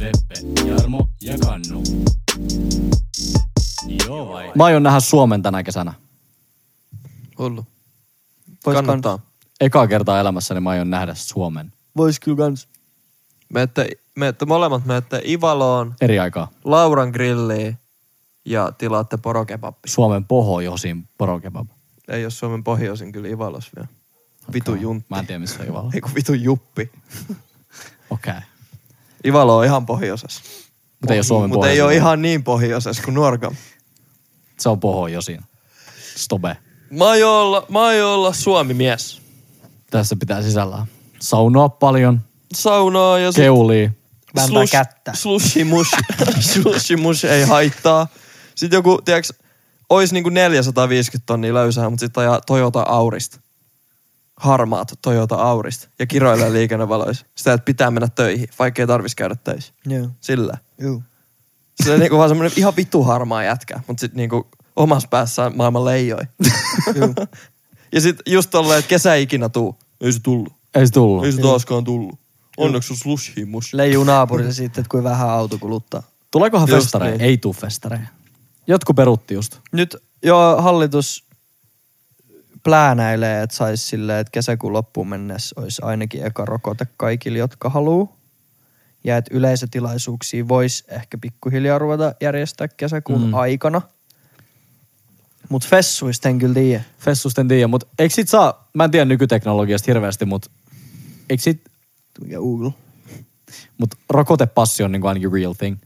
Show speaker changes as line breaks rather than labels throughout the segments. Veppe, Jarmo ja Kannu. Joo vai? Mä aion nähdä Suomen tänä kesänä.
Hullu.
Vois
Kannattaa.
Ekaa kertaa elämässäni mä aion nähdä Suomen.
Vois kyllä kans.
Menette, menette molemmat menette Ivaloon,
Eri aikaa.
Lauran grilliin ja tilaatte porokebappi.
Suomen pohjoisin porokebab.
Ei ole Suomen pohjoisin kyllä Ivalos vielä. Vitu juntti.
Mä en tiedä missä Ivalo.
Ei kun vitu juppi.
Okei. Okay.
Ivalo on ihan pohjoisessa.
Mutta ei ole Suomen
Mutta ei
pohjoisin.
ole ihan niin pohjoisessa kuin Nuorgam.
Se on pohjoisin. Stobe.
Mä aion olla, mä aion olla suomi-mies.
Tässä pitää sisällään. Saunoa paljon.
Saunaa ja sit
Keulii.
Vääntää
slush-
kättä.
Slushi mush, slushi mush ei haittaa. Sitten joku, tiedäks, ois niinku 450 tonnia löysää, mutta sitten ajaa Toyota Aurista. Harmaat Toyota Aurista. Ja kiroilee liikennevaloissa. Sitä, että pitää mennä töihin, vaikka ei tarvis käydä töissä.
Joo.
Sillä.
Joo.
Se on niinku vaan semmonen ihan vittu harmaa jätkä, mutta sit niinku omassa päässään maailman leijoi. ja sit just tolleen, että kesä ei ikinä tuu. Ei se tullu.
Ei se tullut.
Ei se taaskaan tullu. Onneksi on slushi mush.
Niin. Leijuu naapurille siitä, että kuin vähän auto kuluttaa.
Tuleekohan
Just
festareja?
niin.
Ei tuu festareja. Jotkut perutti just.
Nyt jo hallitus pläänäilee, että saisi silleen, että kesäkuun loppuun mennessä olisi ainakin eka rokote kaikille, jotka haluu. Ja että yleisötilaisuuksia voisi ehkä pikkuhiljaa ruveta järjestää kesäkuun mm. aikana. Mut fessuista en kyllä tiedä.
Fessusten tiiä, mutta eikö sit saa, mä en tiedä nykyteknologiasta hirveästi, mutta eikö sit,
Mikä Google?
mut rokotepassi on niinku ainakin real thing.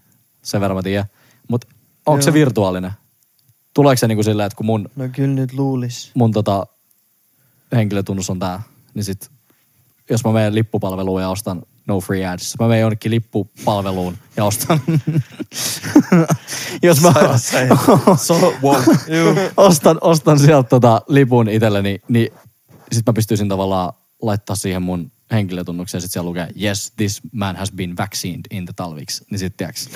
Sen verran mä tiedän. Mut onko se virtuaalinen? Tuleeko se niinku sillä, että kun mun,
No kyllä nyt luulis.
mun tota, henkilötunnus on tää, niin sit jos mä menen lippupalveluun ja ostan no free ads, mä menen jonnekin lippupalveluun ja ostan. jos mä
So, wow.
ostan, ostan sieltä tota lipun itselleni, niin sit mä pystyisin tavallaan laittaa siihen mun henkilötunnukseen, ja sit siellä lukee, yes, this man has been vaccinated in the talviks. Niin sit tiiäks,
No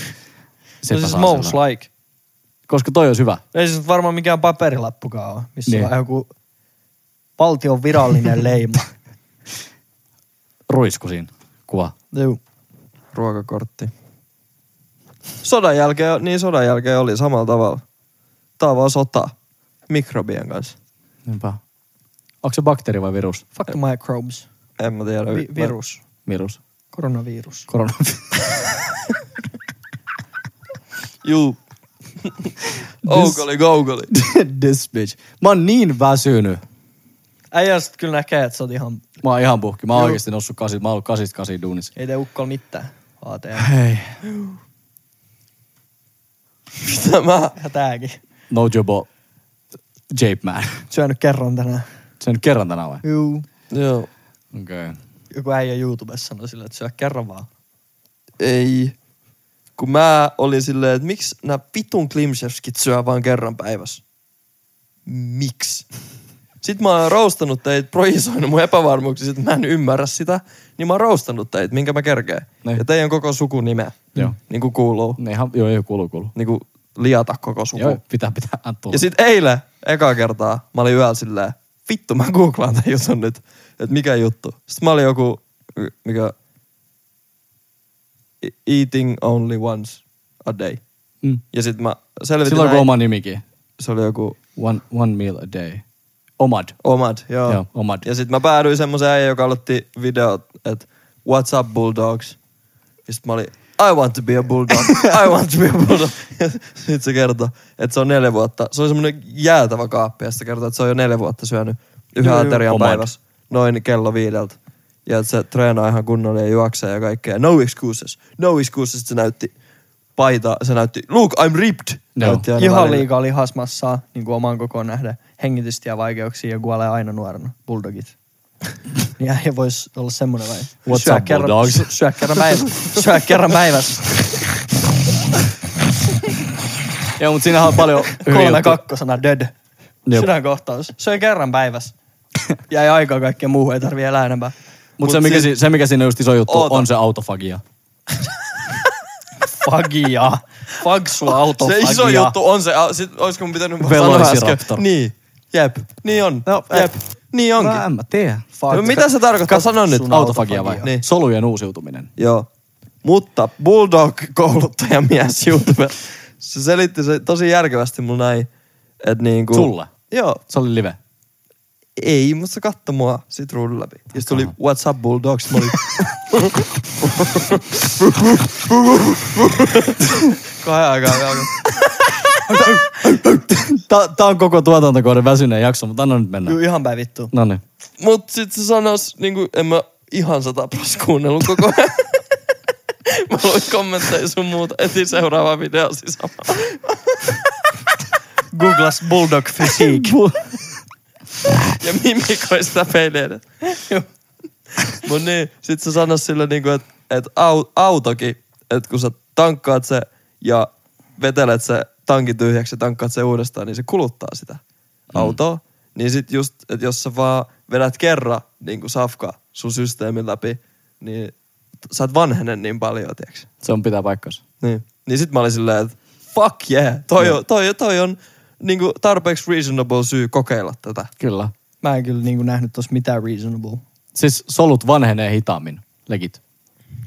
sit
siis most like.
Koska toi olisi hyvä.
Ei siis varmaan mikään paperilappukaan ole, missä
Niin.
niin. on joku valtion virallinen leima.
Ruisku siinä kuva.
Juu.
Ruokakortti. Sodan jälkeen, niin sodan jälkeen oli samalla tavalla. Tää on vaan sota mikrobien kanssa.
Niinpä. Onko se bakteeri vai virus?
Fuck the microbes.
En mä tiedä.
Vi- virus.
Virus.
Koronavirus.
Korona.
Juu. Oukoli, goukoli.
This bitch. Mä oon niin väsynyt.
Äijästä kyllä näkee, että sä oot ihan...
Mä oon ihan puhki. Mä oon oikeesti noussut kasit. Mä oon ollut kasista kasiin duunissa.
Ei tee ukkolla mitään. ATM.
Hei.
Mitä mä?
Ja tääkin.
No jobo. Jape man.
Syönyt kerran tänään.
Sen kerran tänään vai?
Juu.
Joo.
Okei. Okay.
Joku äijä YouTubessa sanoi sille, että syö kerran vaan.
Ei. Kun mä olin silleen, että miksi nämä vitun klimshevskit syö vaan kerran päivässä? Miksi? Sitten mä oon roustanut teitä, projisoinut mun epävarmuuksia, että mä en ymmärrä sitä. Niin mä oon roustanut teitä, minkä mä kerkeen.
Niin.
Ja teidän koko sukunimeä.
Joo.
Niin kuin kuuluu.
Ne ihan, joo, joo, kuuluu, kuuluu.
Niin kuin liata koko suku.
Joo, pitää, pitää antaa.
Ja sit eilen, eka kertaa, mä olin yöllä silleen, vittu mä googlaan tän jutun nyt, että mikä juttu. Sitten mä olin joku, y- mikä, e- eating only once a day.
Mm.
Ja sit mä selvitin
Silloin kun
näin.
oma nimikin.
Se oli joku
One, one meal a day. Omad.
Omad, joo.
Joo, Omad.
Ja sit mä päädyin semmoiseen äijään, joka aloitti videot, että what's up bulldogs? Ja sit mä olin, I want to be a bulldog, I want to be a bulldog. Ja sit se kertoi, että se on neljä vuotta, se oli semmoinen jäätävä kaappi, ja sit se kertoi, että se on jo neljä vuotta syönyt yhä aterian
Omad.
päivässä, noin kello viideltä. Ja että se treenaa ihan kunnolla ja juoksee ja kaikkea. No excuses, no excuses, se näytti paita, se näytti, look, I'm ripped.
Joo.
Näytti aina
Ihan
välillä.
liikaa lihasmassaa, niin kuin oman kokoon nähdä. Hengitystä ja vaikeuksia ja kuolee aina nuorena. Bulldogit. Niin äijä voisi olla semmoinen vai?
What's up,
kerran,
bulldogs?
sy- syö kerran päivässä. syö kerran päivässä.
Joo, mutta siinähän on paljon hyviä
Kolme
juttuja.
kakkosena död.
Jep.
Sydänkohtaus. Söi kerran päivässä. Jäi aikaa kaikkea muuhun, ei tarvii elää enempää.
Mutta se,
Mut
mikä,
siis-
si- se, mikä siinä on just iso juttu,
Oota.
on se autofagia.
Fagia. Fagsua autofagia.
Se iso juttu on se, a- sit, olisiko mun pitänyt sanoa äsken.
Velociraptor.
Niin, jep, niin on,
No,
jep,
eh.
niin onkin.
en mä tiedä.
No, mitä se tarkoittaa? Sano nyt.
Autofagia vai?
Niin.
Niin. Solujen uusiutuminen.
Joo. Mutta Bulldog-kouluttajamies YouTube, se selitti se tosi järkevästi mun näin, että niinku...
Sulle?
Joo,
Se oli live.
ei, mutta se katsoi mua sit ruudun läpi. Ja sit tuli What's up Bulldogs, mä olin... Kahden aikaa vielä alkoi.
Tää, tää on koko tuotantokauden väsyneen jakso, mutta anna nyt mennä.
Juu, ihan päin vittu.
No niin.
Mut sit se sanos, niinku, en mä ihan sata pros kuunnellut koko ajan. mä luin kommentteja sun muuta, etin seuraava video siis sama.
Googlas Bulldog Physique.
Ja mimikoi sitä peileiden. Mut niin, sit se sanos sille niinku, että et au, autokin, että kun sä tankkaat se ja vetelet se tankin tyhjäksi ja tankkaat se uudestaan, niin se kuluttaa sitä
Mm.
autoa. Niin sit just, että jos sä vaan vedät kerran niinku safka sun systeemin läpi, niin t- sä et vanhene niin paljon, tiiäks.
Se on pitää paikkansa.
Niin. Niin sit mä olin silleen, että fuck yeah, toi, on, toi, toi on niinku tarpeeksi reasonable syy kokeilla tätä.
Kyllä.
Mä en kyllä niinku nähnyt tossa mitään reasonable.
Siis solut vanhenee hitaammin, legit,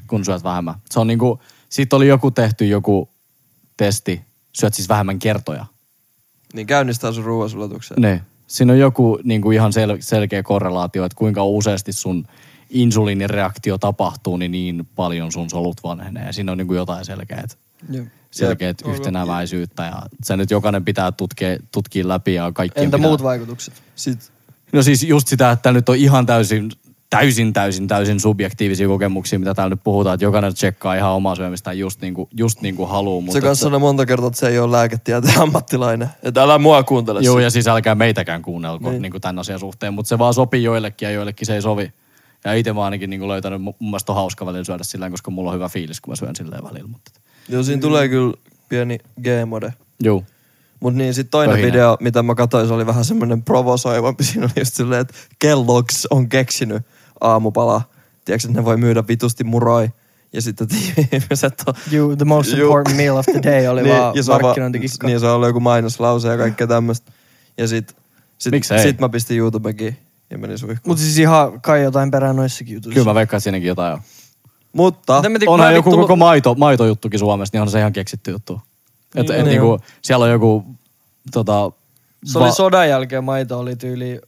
kun syöt vähemmän. Se on niinku, siitä oli joku tehty joku testi, syöt siis vähemmän kertoja.
Niin käynnistää sun ruoansulatuksen.
Ne. Niin. Siinä on joku niinku ihan sel- selkeä korrelaatio, että kuinka useasti sun insuliinireaktio tapahtuu, niin niin paljon sun solut vanhenee. Ja Siinä on niinku jotain selkeät, selkeät yhtenäväisyyttä ja se nyt jokainen pitää tutkia, tutkia läpi ja kaikki.
Entä
Niin pitää...
muut vaikutukset?
Sit
No siis just sitä, että nyt on ihan täysin, täysin, täysin, täysin subjektiivisia kokemuksia, mitä täällä nyt puhutaan, että jokainen tsekkaa ihan omaa syömistään just niin kuin, just niin kuin haluaa.
se
Mutta
kanssa sanoi monta kertaa, että se ei ole lääketieteen ammattilainen. Että älä mua kuuntele.
Joo,
Joo,
ja siis älkää meitäkään kuunnelko niin. Niin tämän asian suhteen, mutta se vaan sopii joillekin ja joillekin se ei sovi. Ja itse mä ainakin niin kuin löytänyt, mun mun mielestä on hauska välillä syödä sillä koska mulla on hyvä fiilis, kun mä syön silleen välillä. Mutta...
siis. Joo siinä tulee kyllä pieni G-mode.
Joo.
Mut niin, sit toinen
Pöhinä.
video, mitä mä katsoin, se oli vähän semmonen provosoivampi. Siinä oli just silleen, että Kellogg's on keksinyt aamupala. Tiedätkö, että ne voi myydä vitusti muroi. Ja sitten ihmiset on
You, the most
Juu.
important meal of the day oli vaan
ja se on
markkinointikikka.
Niin, se on ollut joku mainoslause ja kaikkea tämmöistä. Ja sit, sit,
Miksei?
sit mä pistin YouTubekin ja menin suihkuun.
Mutta siis ihan kai jotain perään noissakin jutuissa.
Kyllä mä veikkaan, että siinäkin jotain on.
Mutta
Mutta en mä tiedä, kun
Onhan
mäkin
joku
tullut-
koko maito, maitojuttukin Suomessa, niin onhan se ihan keksitty juttu. Et, niin, et,
on.
niinku, siellä on joku tota,
Se oli
va-
sodan jälkeen, maito oli tyyli,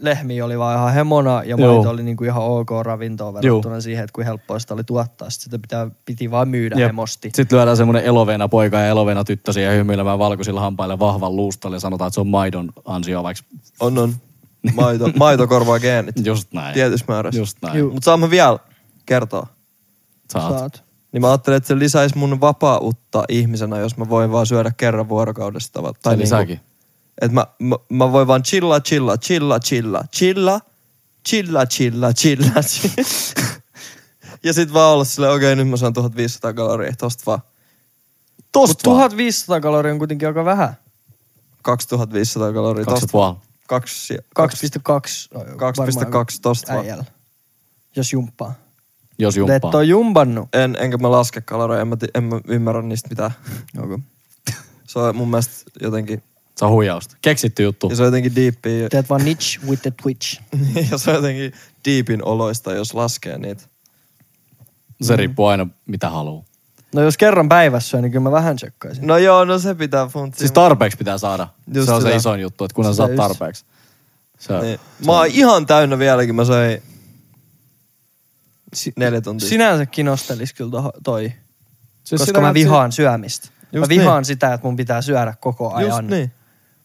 lehmi oli vaan ihan hemona ja maito
Joo.
oli niinku ihan ok ravintoa verrattuna siihen, että kuin helppoa sitä oli tuottaa. Sitten sitä pitää, piti vaan myydä
Jep.
hemosti.
Sitten lyödään semmoinen eloveena poika ja eloveena tyttö siihen hymyilemään valkoisilla hampailla vahvan luustolle ja sanotaan, että se on maidon ansio, vaikka
On, on. Maito, maito korvaa geenit.
just näin.
Tietyssä määrässä.
Just näin.
Juu.
Mutta saan mä vielä kertoa.
Saat.
Saat.
Niin mä ajattelin, että se lisäisi mun vapautta ihmisenä, jos mä voin vaan syödä kerran vuorokaudessa. Tai
Tai
niinku
lisääkin.
Että mä, mä, mä voin vaan chilla, chilla, chilla, chilla, chilla, chilla, chilla, chilla, chilla. Ja sit vaan olla silleen, okei, nyt mä saan 1500 kaloria, tosta vaan
Mut 1500 kaloria on kuitenkin aika vähän.
2500 kaloria,
Kaksi ja
tosta vaan.
puoli.
Kaksi,
2,2. no,
2,2 tosta
varmaan
vaan.
äijällä. Jos jumppaa.
Jos
Jumppaa.
jumppaa.
Et on jumpannut.
En, enkä mä laske kaloreja, en mä, ti- en mä ymmärrä niistä mitään.
Okay.
Se on mun mielestä jotenkin,
Se on huijausta. Keksitty juttu.
ja se on jotenkin deepin, ja-
Teet vaan niche with the twitch.
ja se on jotenkin deepin oloista, jos laskee niitä.
Se riippuu aina, mitä haluaa.
No jos kerran päivässä syö, niin kyllä mä vähän tsekkaisin.
No joo, no se pitää funtsia.
Siis tarpeeksi pitää saada.
Just
se on
sitä.
se isoin juttu, että kunhan
Sitä
saat
just.
tarpeeksi. Se,
niin. Mä oon ihan täynnä vieläkin, mä söin
Si-
neljä tuntia.
Sinänsä kinostelis kyllä toho- toi.
Siis
koska
sitä-
mä vihaan syömistä.
Just
mä vihaan sitä, että mun pitää syödä koko ajan.
Just niin.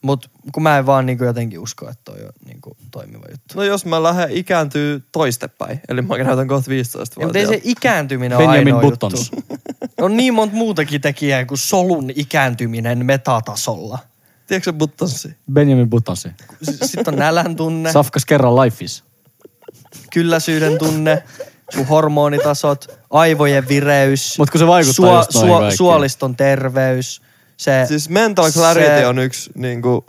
Mut kun mä en vaan niinku jotenkin usko, että toi on niinku toimiva juttu.
No jos mä lähden ikääntyy toistepäin, eli mä näytän kohta 15
Ja,
vuotta.
mutta ei se ikääntyminen ole
Benjamin
ainoa
Buttons.
juttu. On niin monta muutakin tekijää kuin solun ikääntyminen metatasolla.
Tiedätkö se buttonssi?
Benjamin Buttonsi.
S- Sitten on nälän tunne,
Safkas kerran life is.
kylläisyyden tunne, sun hormonitasot, aivojen vireys,
Mut kun se vaikuttaa just noihin kaikkiin.
suoliston terveys, Se,
Siis mental clarity
se-
on yksi niinku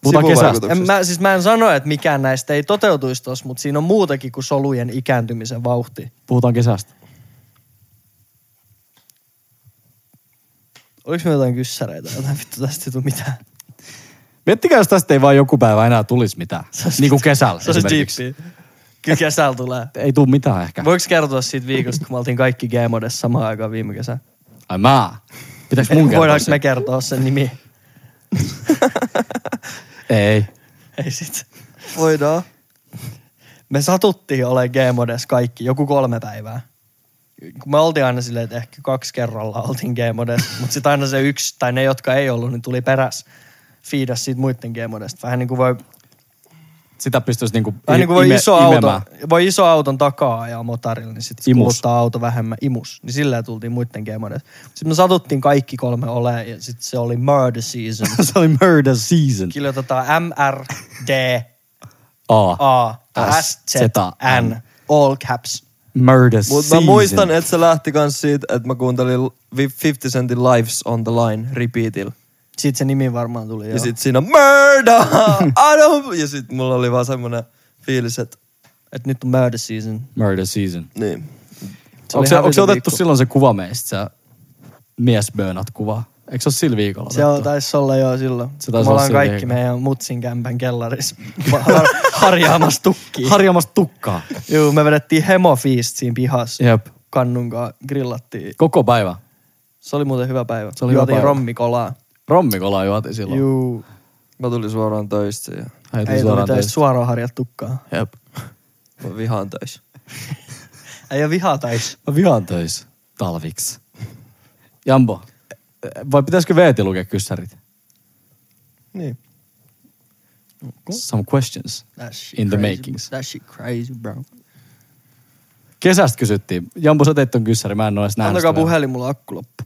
Puhutaan
sivuvaikutuksista.
en mä, siis mä en sano, että mikään näistä ei toteutuisi tossa, mutta siinä on muutakin kuin solujen ikääntymisen vauhti.
Puhutaan kesästä.
Oliko me jotain kyssäreitä? Jotain vittu tästä ei tule mitään.
Miettikää, jos tästä ei vaan joku päivä enää tulisi mitään. Niin kuin kesällä
Se olisi jeepi. Kyllä kesällä tulee.
Ei tuu mitään ehkä.
Voiko kertoa siitä viikosta, kun me oltiin kaikki Gamodessa samaan aikaan viime kesä?
Ai mä. Pitäis mun kertoa
Voidaanko
se?
me kertoa sen nimi?
Ei.
Ei sit.
Voidaan.
Me satuttiin ole G-modes kaikki, joku kolme päivää. Kun me oltiin aina silleen, että ehkä kaksi kerralla oltiin G-modes, mutta sitten aina se yksi, tai ne, jotka ei ollut, niin tuli peräs fiidas siitä muiden G-modesta. Vähän niin kuin voi,
Sitä pystyis niinku
vähän niin kuin voi,
ime-
iso auto,
imemään.
voi iso auton takaa ajaa motarilla, niin sitten
Imus.
kuluttaa auto vähemmän imus. Niin sillä tultiin muiden G-modes. Sitten me satuttiin kaikki kolme ole ja sitten se oli murder season.
se oli murder season.
Kirjoitetaan M, R, D,
A.
A, S, Z, N, all caps.
Murder
Mut mä
season.
muistan, että se lähti kans siitä, että mä kuuntelin Li- 50 Centin Lives on the Line repeatil.
Siitä se nimi varmaan tuli, joo.
Ja sit siinä on murder! I don't... Ja sit mulla oli vaan semmonen fiilis, että
Et nyt on murder season.
Murder season.
niin.
oli
Onko se, onko se
hävitön
otettu
viikko.
silloin se kuva meistä, se miesbönat kuva? Eikö se ole sillä viikolla
Se on,
otettu?
taisi olla joo silloin.
Se taisi
Se taisi
olla
ollaan
siinä
kaikki
viikolla.
meidän mutsin kämpän kellarissa har, harjaamassa tukkiin. Har-
Harjaamassa tukkaa.
joo, me vedettiin hemofiist siinä pihassa.
Jep.
Kannunkaan grillattiin.
Koko päivä.
Se oli muuten hyvä päivä.
Se oli hyvä
Juotiin
päivä.
rommikolaa.
Rommikola juotiin silloin. Juu.
Juu.
Mä tulin suoraan töistä ja
Heti
Ei
suoraan
tullut töistä
töistä.
suoraan harjat tukkaa.
Jep.
mä vihaan töissä.
Ei ole vihaa tais.
Mä vihaan töissä. Talviksi. Jambo. Vai pitäisikö Veeti lukea kyssärit?
Niin.
Some questions.
That shit
In the
crazy.
makings.
That shit crazy, bro.
Kesästä kysyttiin. Jambo, sä teit ton kyssäri. Mä en oo edes nähnyt
Antakaa
sitä vielä.
puhelin, mulla akku loppu.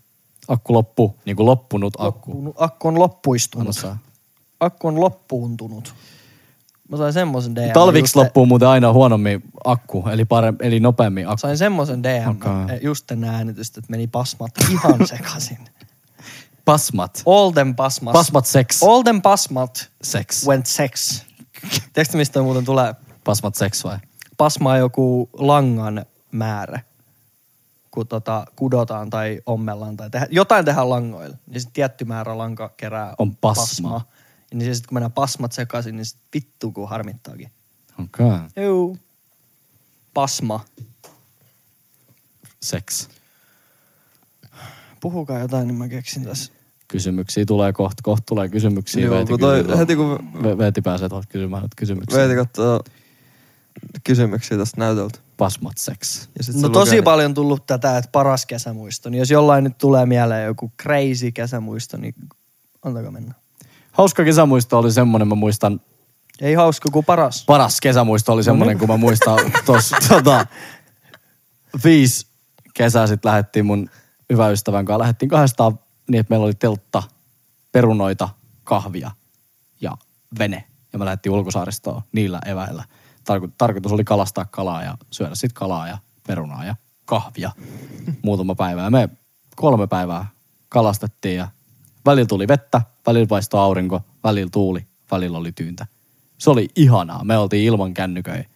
Akku loppu. Niin kuin loppunut akku.
Akku, akku on
Anna
loppuistunut.
saa.
akku on loppuuntunut. Mä sain semmoisen DM.
Talviksi
just-
loppuu muuten aina huonommin akku, eli, parem, eli nopeammin akku.
Sain semmoisen DM
Okei.
e, just ennen äänitystä, että meni pasmat ihan sekaisin.
Pasmat.
Olden pasmas.
Pasmat sex.
Olden pasmat
Sex.
went sex. Tiedätkö mistä toi muuten tulee?
Pasmat sex vai?
Pasma on joku langan määrä, kun tota, kudotaan tai ommellaan tai tehdään, jotain tehdään langoilla. Niin sitten tietty määrä lanka kerää
On pasmaa.
Ja niin sitten kun mennään pasmat sekaisin, niin sitten vittu kun harmittaakin.
Okei. Okay.
Juu. Pasma.
Sex.
Puhukaa jotain, niin mä keksin tässä.
Kysymyksiä tulee kohta. Kohta tulee kysymyksiä.
Joo,
Veeti
kun toi-
kysyy-
heti kun-
Ve- Veeti pääsee tuolta kysymään nyt kysymyksiä.
Veeti kattoo kysymyksiä tästä näytöltä.
Pasmat sex.
Ja sit se
No
lukee
tosi
niitä.
paljon tullut tätä, että paras kesämuisto. Niin jos jollain nyt tulee mieleen joku crazy kesämuisto, niin antakaa mennä.
Hauska kesämuisto oli semmonen, mä muistan,
Ei hauska kuin paras.
paras kesämuisto oli
No niin.
semmoinen, kun mä muistan tuossa tota, viisi kesää sitten lähdettiin mun hyvän ystävän kanssa. Lähdettiin kahdestaan niin, että meillä oli teltta, perunoita, kahvia ja vene. Ja me lähdettiin ulkosaaristoon niillä eväillä. Tarko- tarkoitus oli kalastaa kalaa ja syödä sitten kalaa ja perunaa ja kahvia muutama päivä. Ja me kolme päivää kalastettiin ja välillä tuli vettä, välillä paistoi aurinko, välillä tuuli, välillä oli tyyntä. Se oli ihanaa. Me oltiin ilman kännyköitä.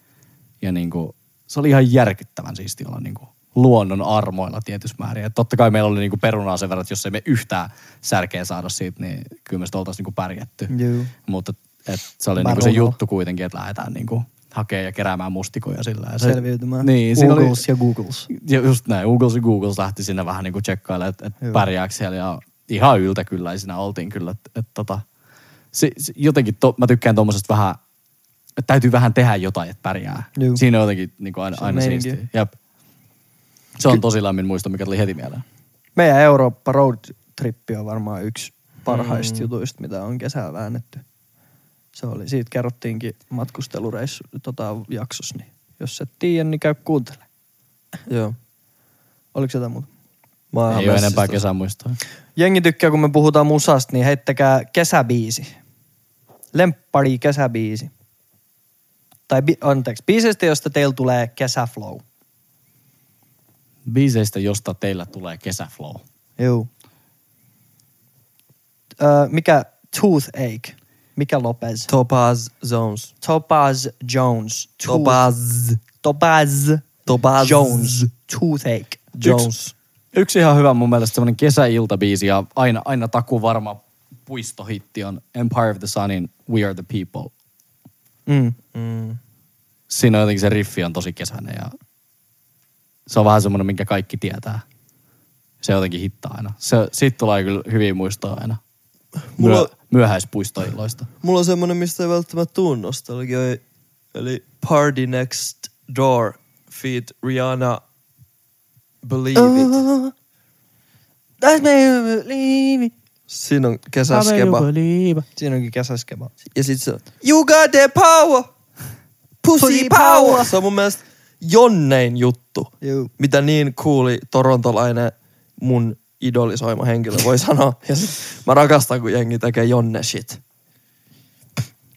Ja niin kuin, se oli ihan järkyttävän siisti olla niin kuin luonnon armoilla tietyssä määrin. Et totta kai meillä oli niin kuin perunaa sen verran, että jos ei me yhtään särkeä saada siitä, niin kyllä me sitä oltaisiin niin kuin pärjätty.
Juu.
Mutta et, se oli niin kuin se
Varmaan.
juttu kuitenkin, että lähdetään niin kuin hakemaan ja keräämään mustikoja sillä. Ja se,
Selviytymään.
Niin, siinä oli,
Googles ja Googles.
ja just näin, Googles ja Googles lähti sinne vähän niin kuin tsekkailemaan, että et pärjääkö siellä. Ja ihan yltäkylläisinä oltiin kyllä. Et, et, tota, se, se, jotenkin to, mä tykkään tuommoisesta vähän, että täytyy vähän tehdä jotain, että pärjää.
Juu.
Siinä on jotenkin niin kuin aina,
Se on
aina
meininki.
siistiä. Jep. Se on tosi lämmin muisto, mikä tuli heti mieleen.
Meidän Eurooppa road trippi on varmaan yksi parhaista mm. jutuista, mitä on kesällä väännetty. Se oli, siitä kerrottiinkin matkustelureissu tota, jaksossa, niin jos et tiedä, niin käy kuuntele.
Joo.
Oliko jotain muuta?
Mä oon
Ei
ihan
ole enempää
messissä
kesämuistoa.
Jengi tykkää, kun me puhutaan musasta, niin heittäkää kesäbiisi. Lemppari kesäbiisi. Tai bi- anteeksi, biisistä, josta teillä tulee kesäflow.
Biiseistä, josta teillä tulee kesäflow.
Joo. Ö, Äh, mikä toothache? Mikä Lopez?
Topaz Zones.
Topaz Jones. Tooth-
Topaz.
Topaz.
Topaz.
Jones. Toothache.
Jones.
Yksi ihan hyvä mun mielestä semmoinen kesäiltabiisi ja aina, aina taku varma puistohitti on Empire of the Sunin We Are the People.
Mm.
Siinä on jotenkin se riffi on tosi kesäinen ja se on vähän semmoinen, minkä kaikki tietää. Se jotenkin hittaa aina. Se, siitä tulee kyllä hyviä muistoja aina. Myö,
Mulla-
Myöhäispuistoilloista.
Mulla on semmonen, mistä ei välttämättä tuu nostalgioi. Eli Party Next Door feat Rihanna Believe It.
That's me believe it.
Siinä on
Ah,
kesäskeba.
Siinä onkin kesäskeba.
Ja sit se on, You got the power! Pussy
Pussy
power!
power.
Se on mun mielestä jonnein juttu,
Juu.
mitä niin kuuli torontolainen mun idolisoima henkilö voi sanoa. Ja sit, mä rakastan, kun jengi tekee jonne shit.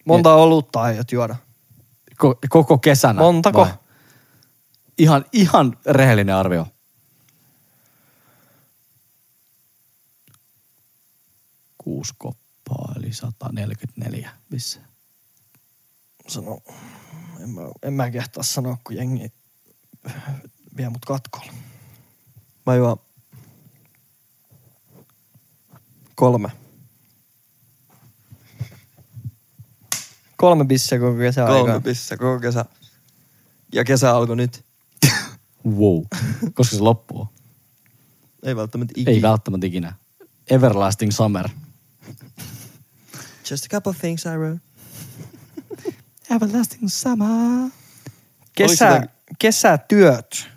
Monta olutta aiot juoda?
Ko, koko kesänä.
Montako?
vai? Ihan, ihan rehellinen arvio. Kuusi koppaa, eli 144. Missä?
Sano, en mä, en mä kehtaa sanoa, kun jengi vie mut katkolla.
Mä juon kolme.
Kolme bisseä koko kesän
Kolme
aikaa.
pissa koko kesä. Ja kesä alkoi nyt.
Wow. Koska se loppuu?
Ei välttämättä ikinä.
Ei välttämättä ikinä. Everlasting Summer.
Just a couple of things I wrote.
Everlasting Summer.
Kesä,
Oliko sitä-
kesätyöt.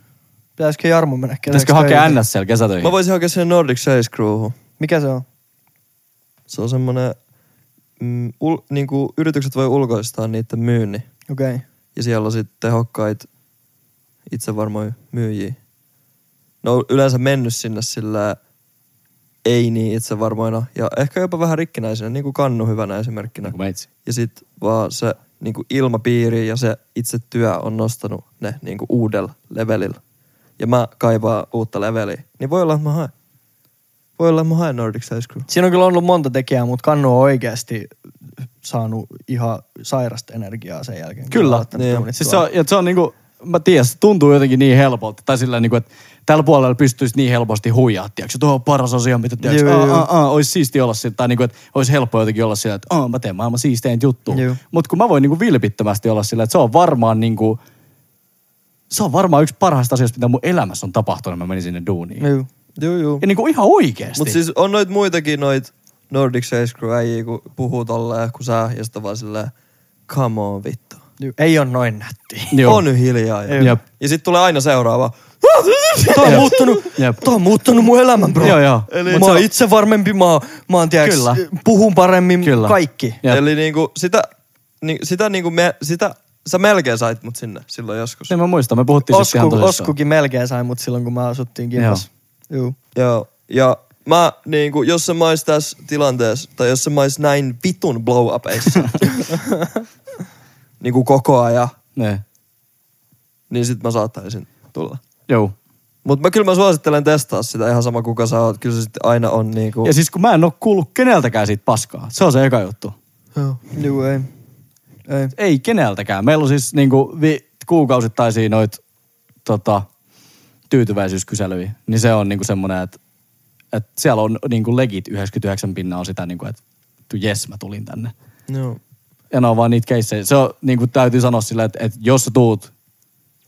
Pitäisikö Jarmo mennä kesäksi
Pitäisikö hakea
töihin?
NS siellä kesätöihin?
Mä voisin hakea sen Nordic Chase Crewhun.
Mikä se on?
Se on semmoinen, mm, ul, niin kuin yritykset voi ulkoistaa niiden myynnin.
Okei. Okay.
Ja siellä on sitten tehokkaita itse varmoja myyjiä. Ne on yleensä mennyt sinne sillä ei niin itse varmoina ja ehkä jopa vähän rikkinäisinä, niin kuin Kannu hyvänä esimerkkinä.
Niin kuin meitsi.
Ja sitten vaan se niin kuin ilmapiiri ja se itse työ on nostanut ne niin kuin uudella levelillä. Ja mä kaivaan uutta leveliä. Niin voi olla, että mä haen. Voi olla, että mä haen Nordic Ice Crew.
Siinä on kyllä ollut monta tekijää, mutta Kannu on oikeasti saanut ihan sairasta energiaa sen jälkeen. kun
Kyllä,
on aloittanut
niin.
tuommoinen
Siis se
tuo-
on, ja se on niinku, mä tiedän, se tuntuu jotenkin niin helpolta. Tai sillä niinku, että tällä puolella pystyisi niin helposti huijaa, tiiäks, tuo on paras asia, mitä tiiäks,
Juu, juu.
aa, aa, aa, olisi siisti olla sillä, tai niinku, että olisi helppo jotenkin olla sillä, että aa, mä teen maailman siisteintä juttua.
Juu.
Mutta kun mä voin niinku vilpittömästi olla sillä, että se on varmaan niinku, se on varmaan yksi parhaista asioista, mitä mun elämässä on tapahtunut, mä menin sinne duuniin.
Juu.
Juu, juu.
Ja niinku ihan oikeesti.
Mutta siis on noit muitakin noit Nordic Chase Crew äijii, kun puhuu tolleen, kun sä ja sitten vaan silleen, come on vittu.
Juu. Ei ole noin nätti.
Joo.
On nyt hiljaa. Ja,
Jep.
ja sitten tulee aina seuraava.
Tämä on
Jep.
muuttunut,
Jep.
tää on muuttunut mun elämän, bro.
Joo, joo.
Eli
Mut se
mä oon
on-
itse varmempi, mä, oon- mä oon, tiiäks,
Kyllä.
puhun paremmin
Kyllä.
kaikki.
Jep.
Eli niinku sitä, ni, sitä niinku me, sitä, sä melkein sait mut sinne silloin joskus.
En niin mä muista, me puhuttiin siis ihan
Osku,
tosissaan.
Oskukin melkein sai mut silloin, kun mä asuttiin kimpas. Juu.
Joo. Ja mä niinku, jos se mais tässä tilanteessa, tai jos se mais näin vitun blow upeissa, niinku koko ajan,
Ne.
niin sit mä saattaisin tulla.
Joo.
Mutta mä kyllä mä suosittelen testaa sitä ihan sama kuka sä oot. Kyllä se sitten aina on niinku...
Ja siis kun mä en oo kuullut keneltäkään siitä paskaa. Se on se eka juttu.
Joo. Juu, ei. Ei.
Niin. Ei keneltäkään. Meillä on siis niinku vi- kuukausittaisia noit tota, tyytyväisyyskyselyjä. Niin se on niinku semmoinen, että et siellä on niinku legit 99 pinnaa on sitä niinku, että jes mä tulin tänne.
Joo.
Ja ne on vaan niitä keissejä. Se on niinku täytyy sanoa sillä, että et jos sä tuut,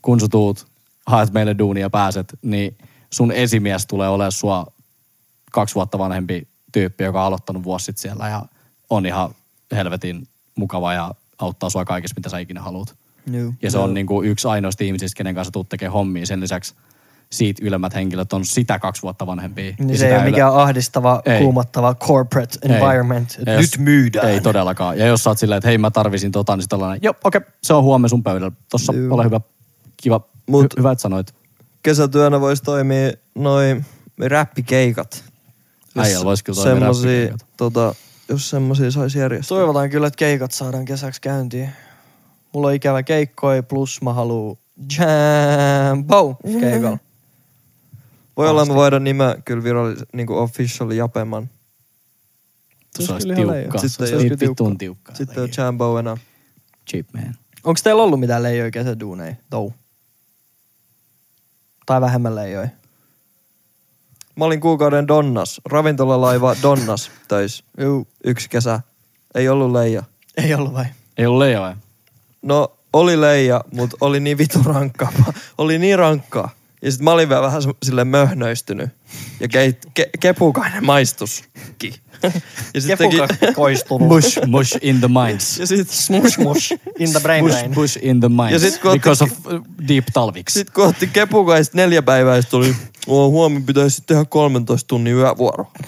kun sä tuut, haet meille duunia ja pääset, niin sun esimies tulee olemaan sua kaksi vuotta vanhempi tyyppi, joka on aloittanut vuosi sitten siellä ja on ihan helvetin mukava ja auttaa sua kaikessa, mitä sä ikinä haluat.
Juu.
Ja se on niin kuin yksi ainoista ihmisistä, kenen kanssa tuut tekemään hommia. Sen lisäksi siitä ylemmät henkilöt on sitä kaksi vuotta vanhempia.
Niin
Ja
se ei
sitä
ole
ylä-
mikään ahdistava,
Ei.
kuumattava corporate environment.
Ja
Ei. Nyt myydään.
Ei todellakaan. Ja jos sä oot silleen, että hei mä tarvisin tota, niin sit ollaan, näin, joo okei, okay, se on huomenna sun pöydällä. Tossa,
Juu.
ole hyvä. Kiva.
Mut-
Mut, Hy- hyvä, että sanoit.
Kesätyönä voisi toimia noin räppikeikat. Jos
Äijällä vois kyllä toimia
semmosia,
räppikeikat.
tota, jos semmosia saisi järjestää.
Toivotaan kyllä, että keikat saadaan kesäksi käyntiin. Mulla on ikävä keikkoi, plus mä haluu jambo keikalla.
niinku Voi olla, me voidaan nimeä kyllä virallisen, niin official Japeman.
Vittu, se olisi
olisi kyllä ihan
tiukkaa.
leijona.
Se
Sitten
olisi niin
jos-
vittuun tiukkaa.
Sitten on
jotenkin.
Jambo enää.
Cheap man.
Onko teillä ollut mitään leijoja kesäduuneja? Tou. Tai vähemmän leijoja?
Mä olin kuukauden Donnas, ravintolalaiva Donnas töissä. Juu. Yksi kesä. Ei ollut leija.
Ei ollut vai?
Ei ole leijoja.
No, oli leija, mutta oli niin vitu rankkaa. Mä- Oli niin rankkaa. Ja sit mä olin vielä vähän sille möhnöistynyt. Ja ke, ke, kepukainen maistuskin. Ja sit teki,
koistunut.
Mush, mush in the minds.
ja sit,
Mush, mush. In the brain
Mush,
drain.
mush in the minds.
Ja sit kun otti-
Because of uh, deep talviks.
sit kun otti kepukaista neljä päivää, ja sit oli, oo huomenna pitäisi tehdä 13 tunnin yövuoro.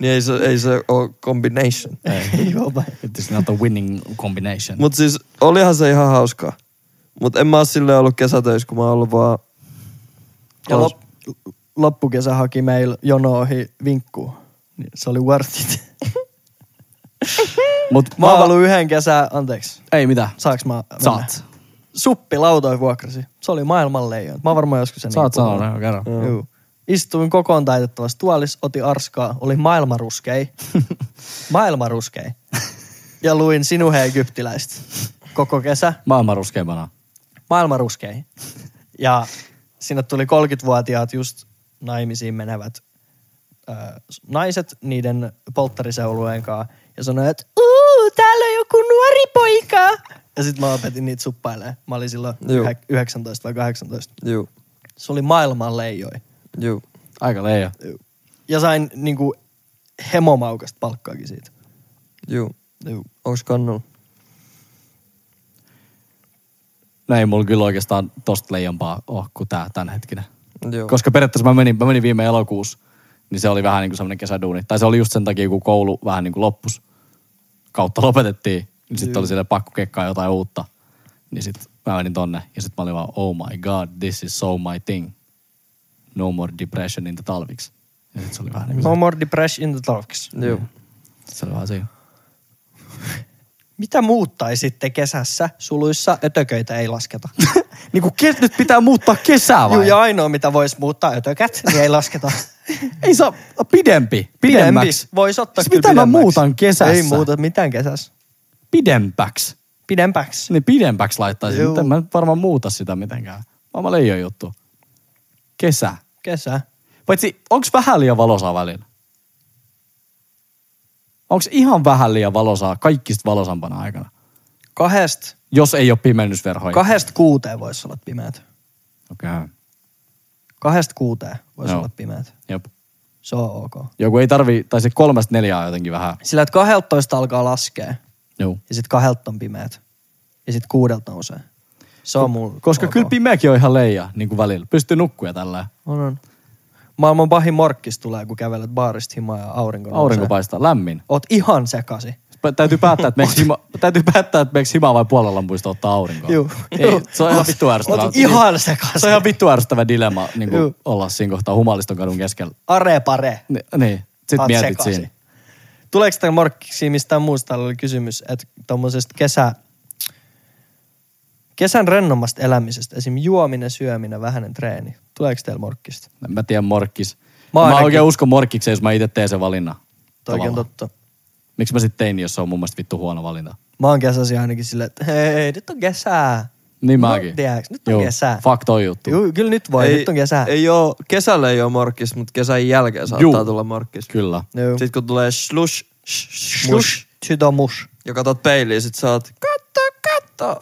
Niin ei se, ei se ole combination.
Ei oo vai?
It is not a winning combination.
Mut siis olihan se ihan hauskaa. Mut en mä oo silleen ollut kesätöissä, kun mä oon ollut vaan...
Ja lop, loppukesä haki meillä jono ohi vinkkuu. Niin Se oli worth it.
Mut
Mä oon ollut yhden kesän, anteeksi,
Ei mitään.
saaks mä mennä?
Saat.
Suppilautoja vuokrasi. Se oli maailman leijon. Mä oon varmaan joskus sen
Saat
puhunut.
sanoa, kerro.
Juu. Istuin kokoon taitettavassa tuolissa, otin arskaa, oli maailmaruskei. maailmaruskei. Ja luin sinuhe egyptiläistä koko kesä.
Maailman ruskeimpana.
maailmanruskeihin. Ja sinne tuli 30-vuotiaat just naimisiin menevät ö, s- naiset niiden polttariseulujen kanssa. Ja sanoi, että uu, täällä on joku nuori poika. Ja sitten mä lopetin niitä suppailee. Mä olin silloin
Juu.
yhä- 19 vai 18.
Juu,
Se oli maailman leijoi.
juu.
Aika leija.
Ja sain niinku hemomaukasta palkkaakin siitä.
Juu. Onks kannulla?
No ei mulla kyllä oikeastaan tosta leijompaa ole kuin tää tämänhetkinen.
Joo.
Koska periaatteessa mä menin, mä menin viime elokuussa, niin se oli vähän niin kuin semmoinen kesäduuni. Tai se oli just sen takia, kun koulu vähän niin kuin loppus. Kautta lopetettiin, niin sitten oli sille pakko kekkaa jotain uutta. Niin sitten mä menin tonne ja sitten mä olin vaan, oh my god, this is so my thing. No more depression in the talviksi. Ja sitten se oli vähän niin kuin
No more depression in the talks. Mm.
Juu.
se, se oli vähän siinä.
Mitä muuttaisitte kesässä? Suluissa ötököitä ei lasketa.
niin
Niinku
kuin kes, nyt pitää muuttaa kesää
Juu, ja ainoa mitä voisi muuttaa ötökät, niin ei lasketa.
Ei saa, pidempi, pidemmäksi.
Pidempi. Voisi ottaa
Siis
kyllä
Mitä mä
pidemmäksi.
muutan kesässä?
Ei muuta mitään kesässä.
Pidempäksi.
Pidempäksi.
Niin pidempäksi laittaisin.
Juu.
Nyt en mä nyt varmaan muuta sitä mitenkään. Mä mä leijon juttu. Kesä.
Kesä.
Paitsi, onks vähän liian valosaa välillä? Onks ihan vähän liian valosaa kaikista valosampana aikana?
Kahdesta.
Jos ei ole pimennysverhoja.
Kahdesta kuuteen voisi olla pimeät.
Okei. Okay.
Kahdesta kuuteen voisi
Joo.
olla pimeät.
Jop.
Se on ok.
Joku ei tarvi, tai se kolmesta neljää on jotenkin vähän.
Sillä, että kahdeltoista alkaa laskea
Joo.
ja sitten kahdelta on pimeät. Ja sitten kuudelta nousee. Se on mulla
Koska
ok.
okay. kyllä pimeäkin on ihan leija, niin kuin välillä. Pystyy nukkuja tällä.
on, on. Maailman pahin morkkis tulee, kun kävelet baarista himaa ja aurinko nousee.
Aurinko paistaa lämmin.
Oot ihan sekasi.
Pä- täytyy päättää, että meeks hima, täytyy päättää, että meeks himaa vai puolella lampuista ottaa aurinkoa.
Juu.
Ei, se on ihan vittu ärsyttävää.
Oot ihan
Se
sekasi.
on ihan vittu ärsyttävä dilema niin
Juu.
kuin olla siinä kohtaa humaliston kadun keskellä.
Are pare.
Ni, niin, sit
Oot
mietit
sekaisin.
siinä.
Tuleeko tämä Markkiksi mistään muusta? Täällä oli kysymys, että tuommoisesta kesä, kesän rennommasta elämisestä, esim. juominen, syöminen, vähäinen treeni. Tuleeko teillä Morkkista?
En Mä tiedän morkkis.
Mä
Mä, mä
ainakin-
oikein uskon morkkikseen, jos mä itse teen sen valinnan.
Toki on
Tavallaan.
totta.
Miksi mä sit tein, jos se on mun mielestä vittu huono valinta?
Mä oon kesäsi ainakin silleen, että hei, nyt on kesää.
Niin
No,
mäkin.
tiedäks, nyt on
Juu,
kesää.
Fuck toi juttu.
Juu, kyllä nyt voi, ei, nyt on kesää. Ei.
Ei oo, kesällä ei oo morkkis, mutta kesän jälkeen saattaa
Juu.
tulla morkkis.
Kyllä.
Juu.
Sitten kun tulee slush, sh, sh, mush,
Mush. Syt on mush.
ja katot peiliin, sit sä oot, katto, katto,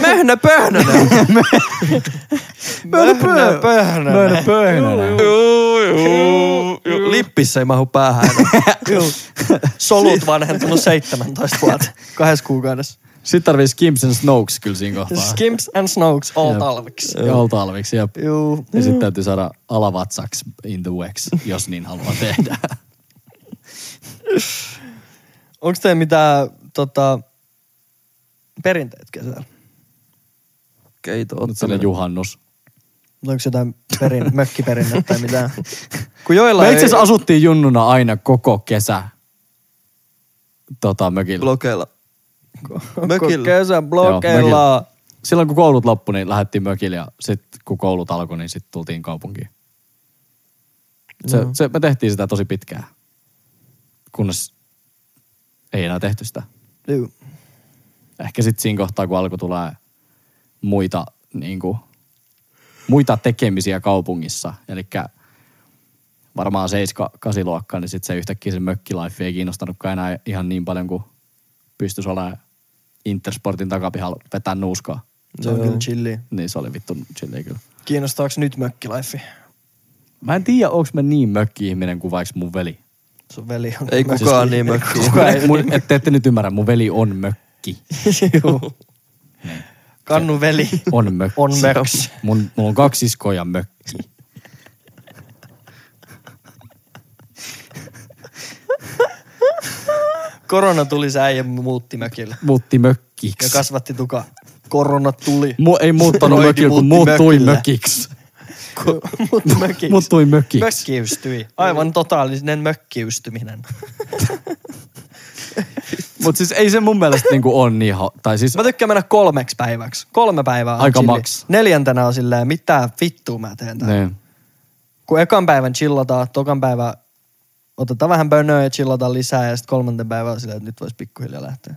möhnä pöhnönen.
Pöhnö, pöhnö.
Pöhnä pöhnänä.
Juu, juu, juu. Lippissä ei mahu päähän.
Juu. Solut vanhentunut 17 vuotta. Kahdessa kuukaudessa.
Sit tarvii skimps and snokes kyllä siinä kohtaa.
Skimps and Snokes all talviksi.
Joo, talviksi. Jep.
Juu.
Ja sitten täytyy saada alavatsaksi in the wax, jos niin haluaa tehdä.
Onko teillä mitään tota, perinteet kesällä?
Keito
Nyt sellainen
ottaminen.
juhannus.
Onko jotain perin, mökkiperinnettä tai mitään? Kun joilla
Me
ei...
itse asiassa asuttiin junnuna aina koko kesä tota, mökillä.
Blokeilla.
mökillä.
mökillä.
Kesä
Joo,
blokeilla.
Silloin kun koulut loppui, niin lähdettiin mökille ja sitten kun koulut alkoi, niin sitten tultiin kaupunkiin. Se, se, me tehtiin sitä tosi pitkään, kunnes Ei enää tehty sitä.
Juu.
Ehkä sitten siinä kohtaa, kun alkoi tulee muita, niin kuin, muita tekemisiä kaupungissa. Eli varmaan 7-8 luokkaa, niin sitten se yhtäkkiä se mökkilife ei kiinnostanutkaan enää ihan niin paljon kuin pystyisi olemaan Intersportin takapihalla vetää nuuskaa.
Se on kyllä chilli.
Niin se oli vittu chilliä kyllä.
Kiinnostaako nyt mökkilaifi?
Mä en tiedä, onko mä niin mökki-ihminen kuin vaikka mun veli. Siis,
Sun veli on.
Ei kukaan niin mökkiä.
Kuka ei, mun, et, te ette nyt ymmärrä, mun veli on mökki.
Juu. Kannu veli.
On mökki.
On möks.
Mun, mulla on kaksi siskoa ja mökki.
Korona tuli, se äijä muutti mökille.
Muutti mökkiksi.
Ja kasvatti tuka. Korona tuli.
Mu- ei muuttanut
Noiti
mökille, kun
muutti
muuttui
mökille.
mökiksi.
Muutti mökiksi.
Muuttui mökiksi.
Mökkiystyi. Aivan totaalinen mökkiystyminen.
Mut siis ei se mun mielestä niinku on niin, ho- tai siis
Mä tykkään mennä kolmeksi päiväksi. Kolme päivää on
Aika
chilli.
maks.
Neljäntenä on silleen, mitä vittua mä teen täällä.
niin.
Kun ekan päivän chillataan, tokan päivän otetaan vähän bönöä ja chillataan lisää ja sitten kolmanten päivän on silleen, että nyt voisi pikkuhiljaa lähteä.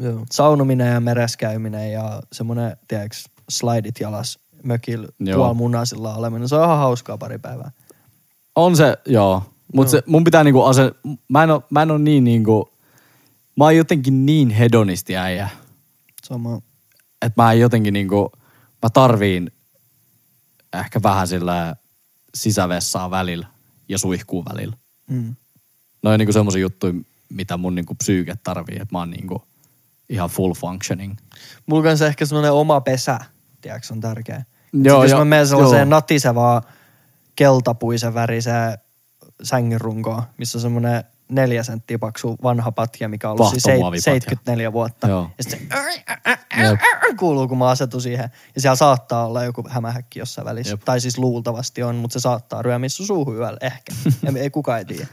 Joo.
Saunominen ja mereskäyminen ja semmoinen, tiedäks, slaidit jalas mökillä
Joo.
puol munasilla oleminen. Se on ihan hauskaa pari päivää.
On se, joo. Mut se, mun pitää niinku ase... Mä en oo, mä en oo niin niinku... Mä oon jotenkin niin hedonisti äijä.
Sama.
että mä en jotenkin niinku, mä tarviin ehkä vähän sillä sisävessaa välillä ja suihkuun välillä.
Mm.
No on niinku semmoisia juttuja, mitä mun niinku psyyke tarvii, että mä oon niinku ihan full functioning.
Mulla kanssa ehkä semmoinen oma pesä, tiedätkö, on tärkeä.
Joo,
Joo, jos
ja-
mä menen sellaiseen
joo.
natisevaan keltapuisen väriseen sängynrunkoon, missä on semmoinen neljä senttiä paksu vanha patja, mikä on ollut siis
Vahtomuovipatja.
seit- 74 vuotta.
Joo.
Ja sitten se kuuluu, kun mä asetun siihen. Ja siellä saattaa olla joku hämähäkki jossain välissä.
Jep.
Tai siis luultavasti on, mutta se saattaa ryömiä sun suuhun yöllä ehkä. ei, ei kukaan ei tiedä.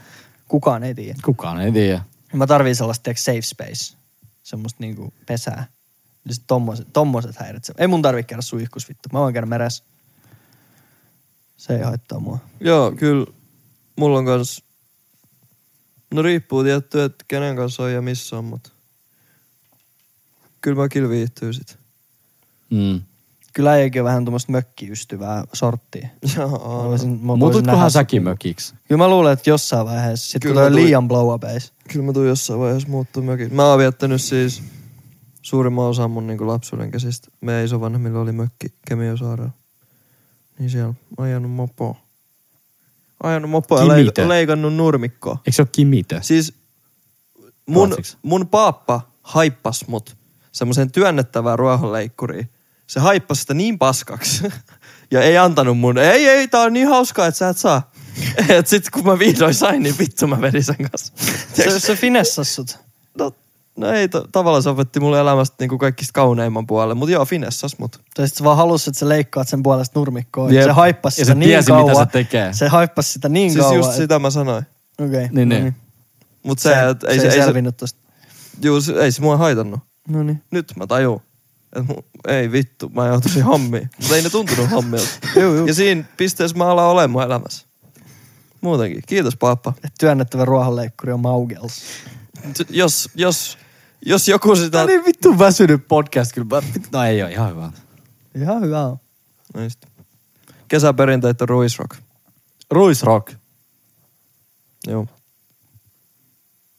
Kukaan ei tiedä.
Kukaan ei tiedä.
Mä tarviin sellaista, tiedätkö, safe space. Semmoista niinku pesää. Niin sit tommoset, tommoset häiritsee. Ei mun tarvi käydä suihkus vittu. Mä voin käydä meressä. Se ei haittaa mua.
Joo, kyllä. Mulla on kans... No riippuu tietty, että kenen kanssa on ja missä on, mutta... Kyllä mä kyllä viihtyy sit.
Mm.
Kyllä eikin vähän tuommoista mökkiystyvää sorttia. Mä
Joo,
voisin- mä voisin nähdä
Muututkohan
sen.
säkin mökiksi?
Kyllä mä luulen, että jossain vaiheessa sit
Kyllä
tulee
mä tulin.
liian blow upeis.
kyllä mä tuun jossain vaiheessa muuttuu mökin. Mä oon viettänyt siis suurimman osan mun niinku lapsuuden käsistä. Meidän isovanhemmilla oli mökki Kemiosaarella. Niin siellä ajanut mopoa. Ajanut mopoa ja
Kimite.
leik- leikannut nurmikkoa.
Eikö se ole kimitö?
Siis mun,
Ruotsiksi.
mun paappa haippas mut semmoiseen työnnettävään ruohonleikkuriin. Se haippas sitä niin paskaksi. Ja ei antanut mun, ei, ei, tää on niin hauskaa, että sä et saa. Et sit kun mä vihdoin sain, niin vittu mä vedin sen kanssa.
Se, se finessas sut.
No, no ei, to, tavallaan se opetti mulle elämästä niinku kaikista kauneimman puolelle. Mut joo, finessas mut.
Tai sit sä vaan halusit, että sä leikkaat sen puolesta nurmikkoon.
Jep.
Se haippasi
Ja
sitä
se
niin
tiesi, mitä
kauan.
se tekee.
Se haippasi sitä niin
Siis
kauan.
just sitä mä sanoin.
Okei. Okay.
Niin, niin.
Mut se,
Se,
se, et, ei, se, ei, se,
selvinnyt tosta.
juu, se, ei se mua haitannut.
No niin.
nyt mä tajun. Et mu, ei vittu, mä joutuisin hommiin. Mutta ei ne tuntunut hommilta. juu, juu. Ja siinä pisteessä mä alan olemaan elämässä. Muutenkin. Kiitos paappa.
että työnnettävä ruohonleikkuri on Maugels.
T- Jos, jos, jos joku sitä...
Tää on niin vittu väsynyt podcast kyllä. Mä- vittu- No ei oo ihan hyvä.
Ihan hyvä on.
No just. Kesäperinteet on ruisrock.
Ruisrock.
Joo.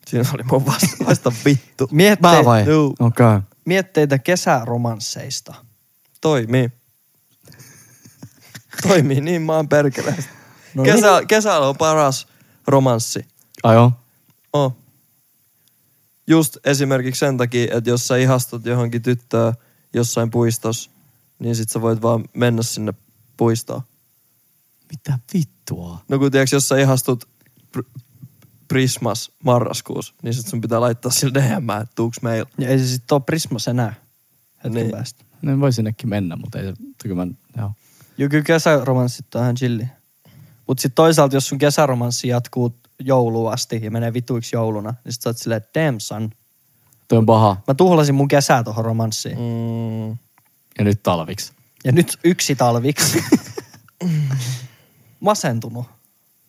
Siinä oli mun vasta, vasta vittu.
Miet,
Mä vai?
Juu.
Okei. Okay.
miet teitä kesäromansseista.
Toimii. Toimii niin maan perkeleesti.
No
niin.
Kesä, Kesällä on paras romanssi.
Ai joo.
Oh. Just esimerkiksi sen takia, että jos sä ihastut johonkin tyttöön jossain puistossa, niin sit sä voit vaan mennä sinne puistoon.
Mitä vittua?
No kun tiiäks, jos sä ihastut pr- Prismas marraskuussa, niin sit sun pitää laittaa sille DM, että tuuks meillä.
Ja ei se sitten ole Prismas enää hetken
Niin.
niin. päästä.
No voi sinnekin mennä, mutta ei se, kyllä mä, joo.
Joo, kyllä kesäromanssit on ihan chilli. Mutta sitten toisaalta, jos sun kesäromanssi jatkuu jouluun asti ja menee vituiksi jouluna, niin sit sä oot silleen, damn son.
Toi on paha.
Mä tuhlasin mun kesää tohon romanssiin. Mm.
Mm,
Ja nyt talviksi.
Ja nyt yksi talviksi. Masentunut.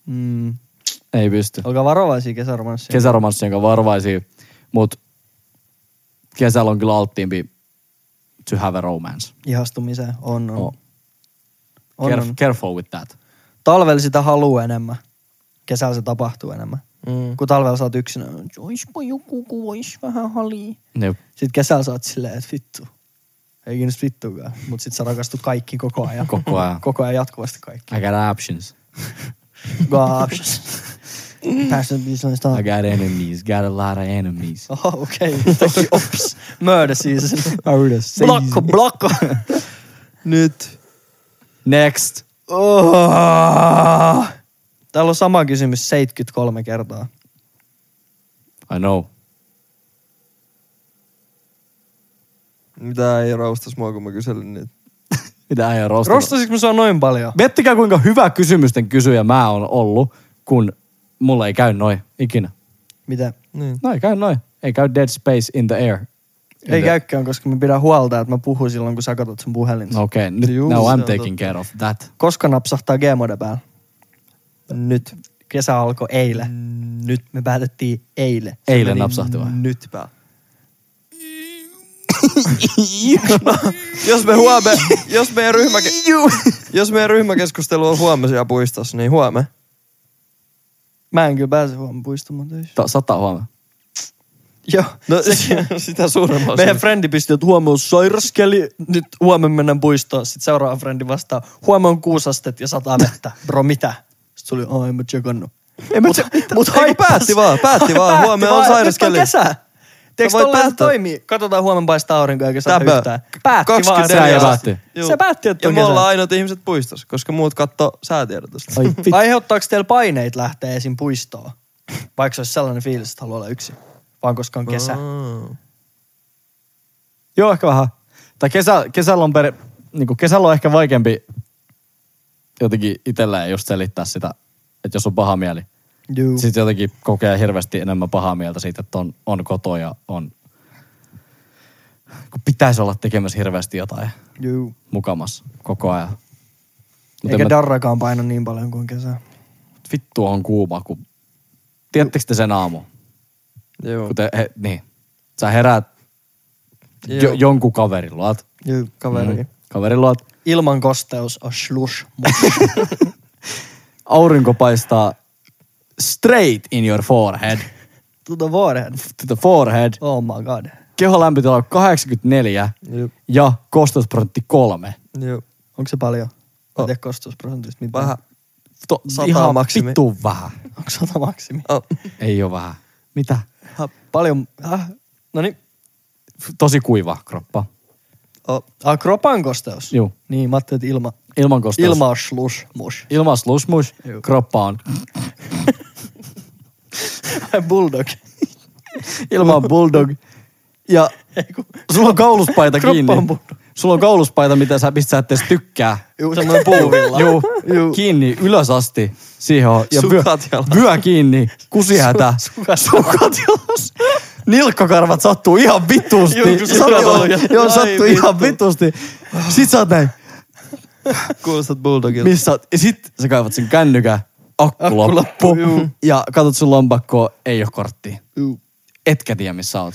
Mm.
Ei pysty.
Olkaa varovaisia kesäromanssiin.
Kesäromanssi, jonka varvaisi. Mutta kesällä on kyllä alttiimpi to have a romance.
Ihastumiseen. On, on.
Oh.
on. on,
Caref-
on.
Careful with that.
Talvella sitä haluaa enemmän. Kesällä se tapahtuu enemmän. Mm. Kun talvella sä oot yksinä, oispa joku, kun vois vähän halii.
Jep.
Sitten kesällä sä oot silleen, että vittu. Ei kiinnosta vittuakaan. Mutta sit sä rakastut kaikki koko ajan.
Koko ajan.
koko ajan jatkuvasti kaikki.
I got options.
Gosh. Päässyt business
I got enemies. Got a lot of enemies.
Oho, okei. Okay. Teki ops. Murder season.
Murder season.
Blokko, blokko.
Nyt.
Next.
Oh. Täällä on sama kysymys 73 kertaa.
I know.
Mitä ei roustas mua, kun mä kyselin niin niitä.
Mitä äijä rostaa?
Rostasinko mä sua noin paljon?
Miettikää kuinka hyvä kysymysten kysyjä mä oon ollut, kun mulla ei käy noin ikinä.
Mitä?
Niin.
No ei käy noin. Ei käy dead space in the air. In
Ei
the-
käykään, koska mä pidän huolta, että mä puhun silloin, kun sä katsot sun puhelinta.
No Okei, okay. nyt
Juu,
now
se on
I'm taking care of that.
Koska napsahtaa Gmode päällä?
Nyt.
Kesä alkoi eilen. Nyt. Me päätettiin eilen.
Eilen napsahti vai?
Nyt pää. jos me huomme, jos meidän ryhmä, jos meidän ryhmäkeskustelu on huomenna siellä puistossa, niin huomenna.
Mä en kyllä pääse huomenna puistumaan töissä.
Ta- Sata huomenna.
Joo.
No sitä suuremmalla.
Meidän
Meidän...
frendi pisti, että huomenna on sairaskeli, nyt huomenna mennään puistoon. Sitten seuraava frendi vastaa, huomenna on kuusi astetta ja sataa vettä. Bro, mitä? Sitten tuli, ai en mä tsekannut. Mut, mut
Ei, kun
haittas.
päätti vaan, päätti vaan, huomenna on
vaan,
sairaskeli.
Nyt on kesä. Tiedätkö,
voit
tolleen se
päättää.
toimii. Katsotaan huomenna paistaa aurinko eikä saa
Tämä.
yhtään. Päätti vaan.
24
Se äijä
asti.
päätti.
Juu.
Se päätti, että
Ja
on
me
kesä.
ollaan ainoat ihmiset puistossa, koska muut katto säätiedotusta.
Ai vittu.
Aiheuttaako teillä paineita lähteä esim. puistoon? Vaikka se olisi sellainen fiilis, että haluaa olla yksin. Vaan koska on kesä.
Mm.
Joo, ehkä vähän. Tai kesä, kesällä, on per, niin kuin kesällä on ehkä vaikeampi jotenkin itselleen just selittää sitä, että jos on paha mieli.
Juu.
Sitten jotenkin kokee hirveästi enemmän pahaa mieltä siitä, että on, on koto ja on... Kun pitäisi olla tekemässä hirveästi jotain
Juu.
mukamas koko ajan. Mutta
Eikä
Eikä
mä...
da-
darrakaan paina niin paljon kuin kesä.
vittu on kuuma, kun... Tiedättekö te sen aamu?
Joo.
Kun te, he, niin. Sä heräät jo,
Joo.
jonkun kaverin luot.
Juu.
Kaveri. Mm.
Kaverin luot.
Ilman kosteus on slush.
aurinko paistaa straight in your forehead,
to the forehead.
to the forehead.
Oh my god.
Keho lämpötila on 84
Jep.
ja kosteusprosentti kolme.
Joo.
Onko se paljon? Oh. Tiedä kosteusprosentista mitään.
Vähän.
To,
Sata
ihan
maksimi.
vittu vähän.
Onko sata maksimi?
Oh.
Ei ole vähän. Mitä?
Ha, paljon. Ah, no niin.
Tosi kuiva kroppa.
Oh. Ah, kropan kosteus.
Juu.
Niin, mä ajattelin, että ilma,
Ilman kosteus.
ilma on slush. Mush.
Ilman slusmus,
Juu.
kroppa on.
Bulldog.
Ilman bulldog. Ja sulla on kauluspaita
Kroppa
kiinni.
on bulldog.
Sulla on kauluspaita, mitä sä, mistä sä et edes tykkää.
Juu, semmoinen puuvilla.
Juu, kiinni ylös asti siihen on. Ja vyö,
Sukat jalassa.
vyö kiinni, kusihätä. Sukat jalas. Nilkkakarvat sattuu ihan vitusti.
Juu, kun sukat on
sattuu,
jalassa.
joo,
Ai
sattuu
vittu.
ihan vitusti. Sit sä oot näin,
Kuulostat bulldogilta.
missä sä oot. Ja sit sä kaivat sen kännykän, akku
Akku
loppu.
loppu, juu.
Ja katot sun lompakkoa, ei oo korttia.
Juu.
Etkä tiedä, missä sä oot.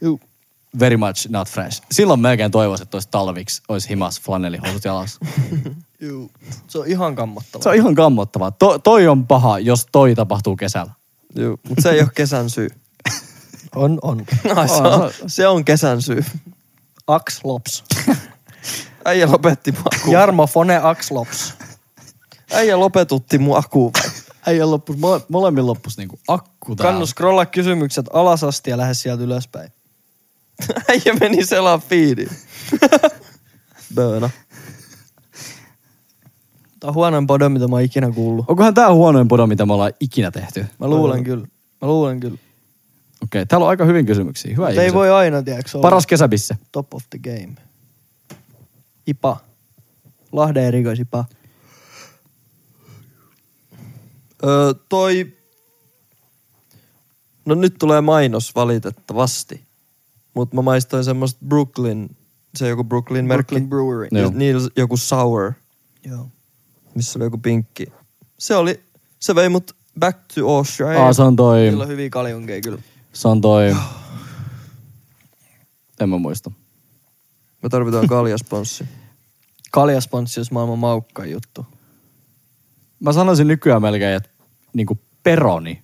Juu.
Very much not fresh. Silloin melkein toivoisin, että olisi talviksi, olisi himas flanellihousut jalassa.
Juu. Se on ihan kammottava.
Se on ihan kammottavaa. To, toi on paha, jos toi tapahtuu kesällä.
Joo. Mut se ei ole kesän syy.
On, on.
No, se, on, se on kesän syy.
Axlops.
Äijä lopetti mua kuuva.
Jarmo Fone Axlops.
Äijä lopetutti mua kuuva.
Äijä loppus, mole, molemmin loppus niinku akku täällä.
No,
Kannu scrolla kysymykset alas asti ja lähde sieltä ylöspäin.
Äijä meni selaa fiidiin. Böna.
Tää on huonoin podo, mitä mä oon ikinä kuullut.
Onkohan tää huonoin podo, mitä me ollaan ikinä tehty? Okei,
Mä luulen kyllä. Mä luulen kyllä.
okay, täällä on aika hyvin kysymyksiä. Hyvä
Mutta ei
ihmiset.
voi aina, tiedätkö, olla
Paras kesäbisse.
top of the game. Ipa. Lahden erikoisipa.
Öö, toi... No nyt tulee mainos valitettavasti. Mutta mä maistoin semmoista Brooklyn, se joku Brooklyn-merkki.
Brooklyn Brewery.
Joo.
Ja niillä joku sour,
Joo.
missä oli joku pinkki. Se oli, se vei mut back to Australia.
Aa, se on toi,
Niillä on hyviä kaljunkei kyllä.
Se on toi... En mä muista.
Me tarvitaan kaljasponssi.
Kaljasponssi olisi maailman maukka juttu.
Mä sanoisin nykyään melkein, että niinku peroni.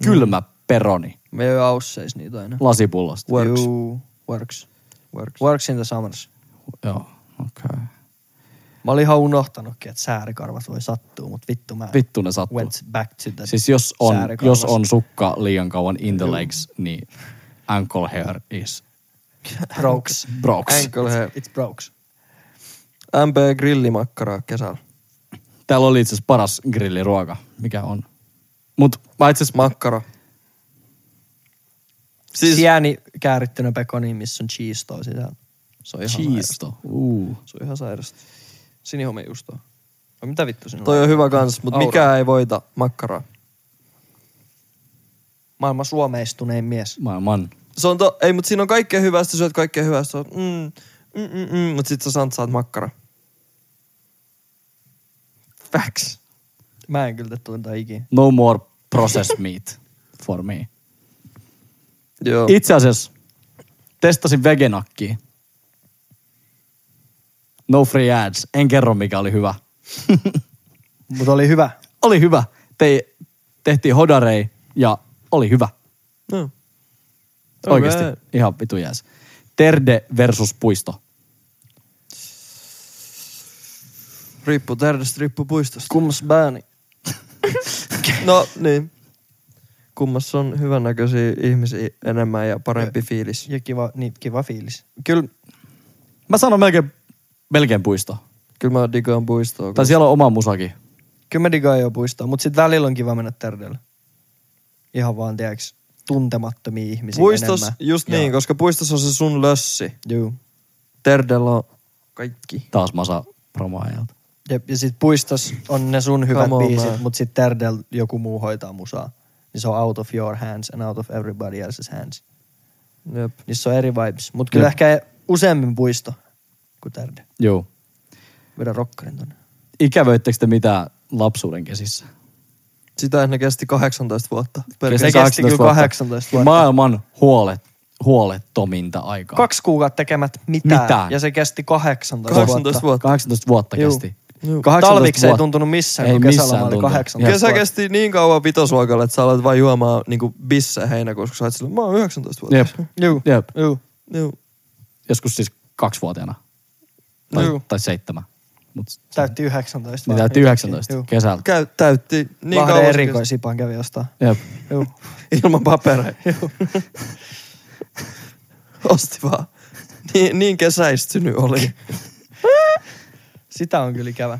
Mm.
Kylmä peroni.
Me ei ole ausseis niitä aina.
Lasipullosta.
Works.
Juu, works.
Works.
Works in the summers.
Joo, okei. Okay.
Mä olin ihan unohtanutkin, että säärikarvat voi sattua, mutta vittu mä
Vittu ne sattuu.
went back to the
Siis jos on,
säärikarvas.
jos on sukka liian kauan in the legs, niin ankle hair is
Brokes.
broks.
Mm. Ankle hair.
It's brokes.
MP grillimakkaraa kesällä.
Täällä oli itse asiassa paras grilliruoka, mikä on. Mut mä itse asiassa
Makkara.
Siis...
Siis-
Sieni käärittynä pekoniin, missä on cheese sisällä. Se on ihan sairasta.
Cheesto. Uu.
Se on ihan sairasta. Sinihomejuustoa. Vai No, mitä vittu sinulla
Toi
on?
on hyvä kans, mutta
Aura.
mikä ei voita makkaraa.
Maailman suomeistunein mies.
Maailman.
Se on to, ei, mutta siinä on kaikkea hyvää, sä syöt kaikkea hyvää, sä oot, mm, mm, mm, mm, mutta sit sä santsaat makkara. Facts.
Mä en kyllä tunta ikinä.
No more processed meat for me.
Joo.
Itse asiassa testasin vegenakkiä. No free ads. En kerro mikä oli hyvä.
Mutta oli hyvä.
Oli hyvä. Te, tehtiin hodarei ja oli hyvä.
no.
Oikeasti.
Alright.
Ihan vitu jääs. Terde versus puisto.
Riippuu tärdestä, riippuu puistosta.
Kummas bääni.
No niin. Kummassa on hyvännäköisiä ihmisiä enemmän ja parempi fiilis.
Ja kiva, niin, kiva fiilis. Kyllä.
Mä sanon melkein, melkein puisto.
Kyllä mä digaan puistoa.
Tai siellä on oma musakin.
Kyllä mä digaan jo puistoa, mutta sitten välillä on kiva mennä terdellä. Ihan vaan, tiedäks, tuntemattomia ihmisiä
Puistos,
enemmän.
just niin, koska puistossa on se sun lössi.
Juu.
Terdellä on kaikki.
Taas masa promoajalta.
Jep, ja sit puistos on ne sun hyvät
Come on,
biisit,
man.
mut sit Terdel joku muu hoitaa musaa. Niin se on out of your hands and out of everybody else's hands.
Jep.
Niissä on eri vibes. Mut kyllä
Jep.
ehkä useammin puisto kuin Terde.
Joo.
Vedä rokkarin tonne.
Ikävöittekö te mitään lapsuuden kesissä?
Sitä ennen kesti 18 vuotta.
se
Pelkästään.
kesti kyllä 18 vuotta.
Maailman huolet, huolettominta aikaa.
Kaksi kuukautta tekemät mitään.
Mitään.
Ja se kesti 18,
18
vuotta.
vuotta.
18 vuotta
Juu.
kesti.
Juu.
18
Talviksi ei
vuotta.
tuntunut missään,
Ei
kun
missään
kesällä oli
tuntunut.
18
Kesä
vuotta.
kesti niin kauan vitosluokalle, että sä alat vaan juomaan niinku bisse heinäkuussa, kun sä oot silleen, mä oon 19 vuotta.
Jep.
Juu.
Jep.
Juu.
Juu.
Joskus siis kaksivuotiaana. Tai,
Juu.
tai seitsemän. Mut
Täytti 19.
niin
vaan
täytti
yhtäkkiä.
19
Juu.
kesällä.
Käy, täytti niin
Lahden
kauan se
erikoisipan kävi jostain.
Jep.
Juu.
kesti. ilman papereita. Osti vaan. Niin, niin kesäistynyt oli.
Sitä on kyllä ikävä.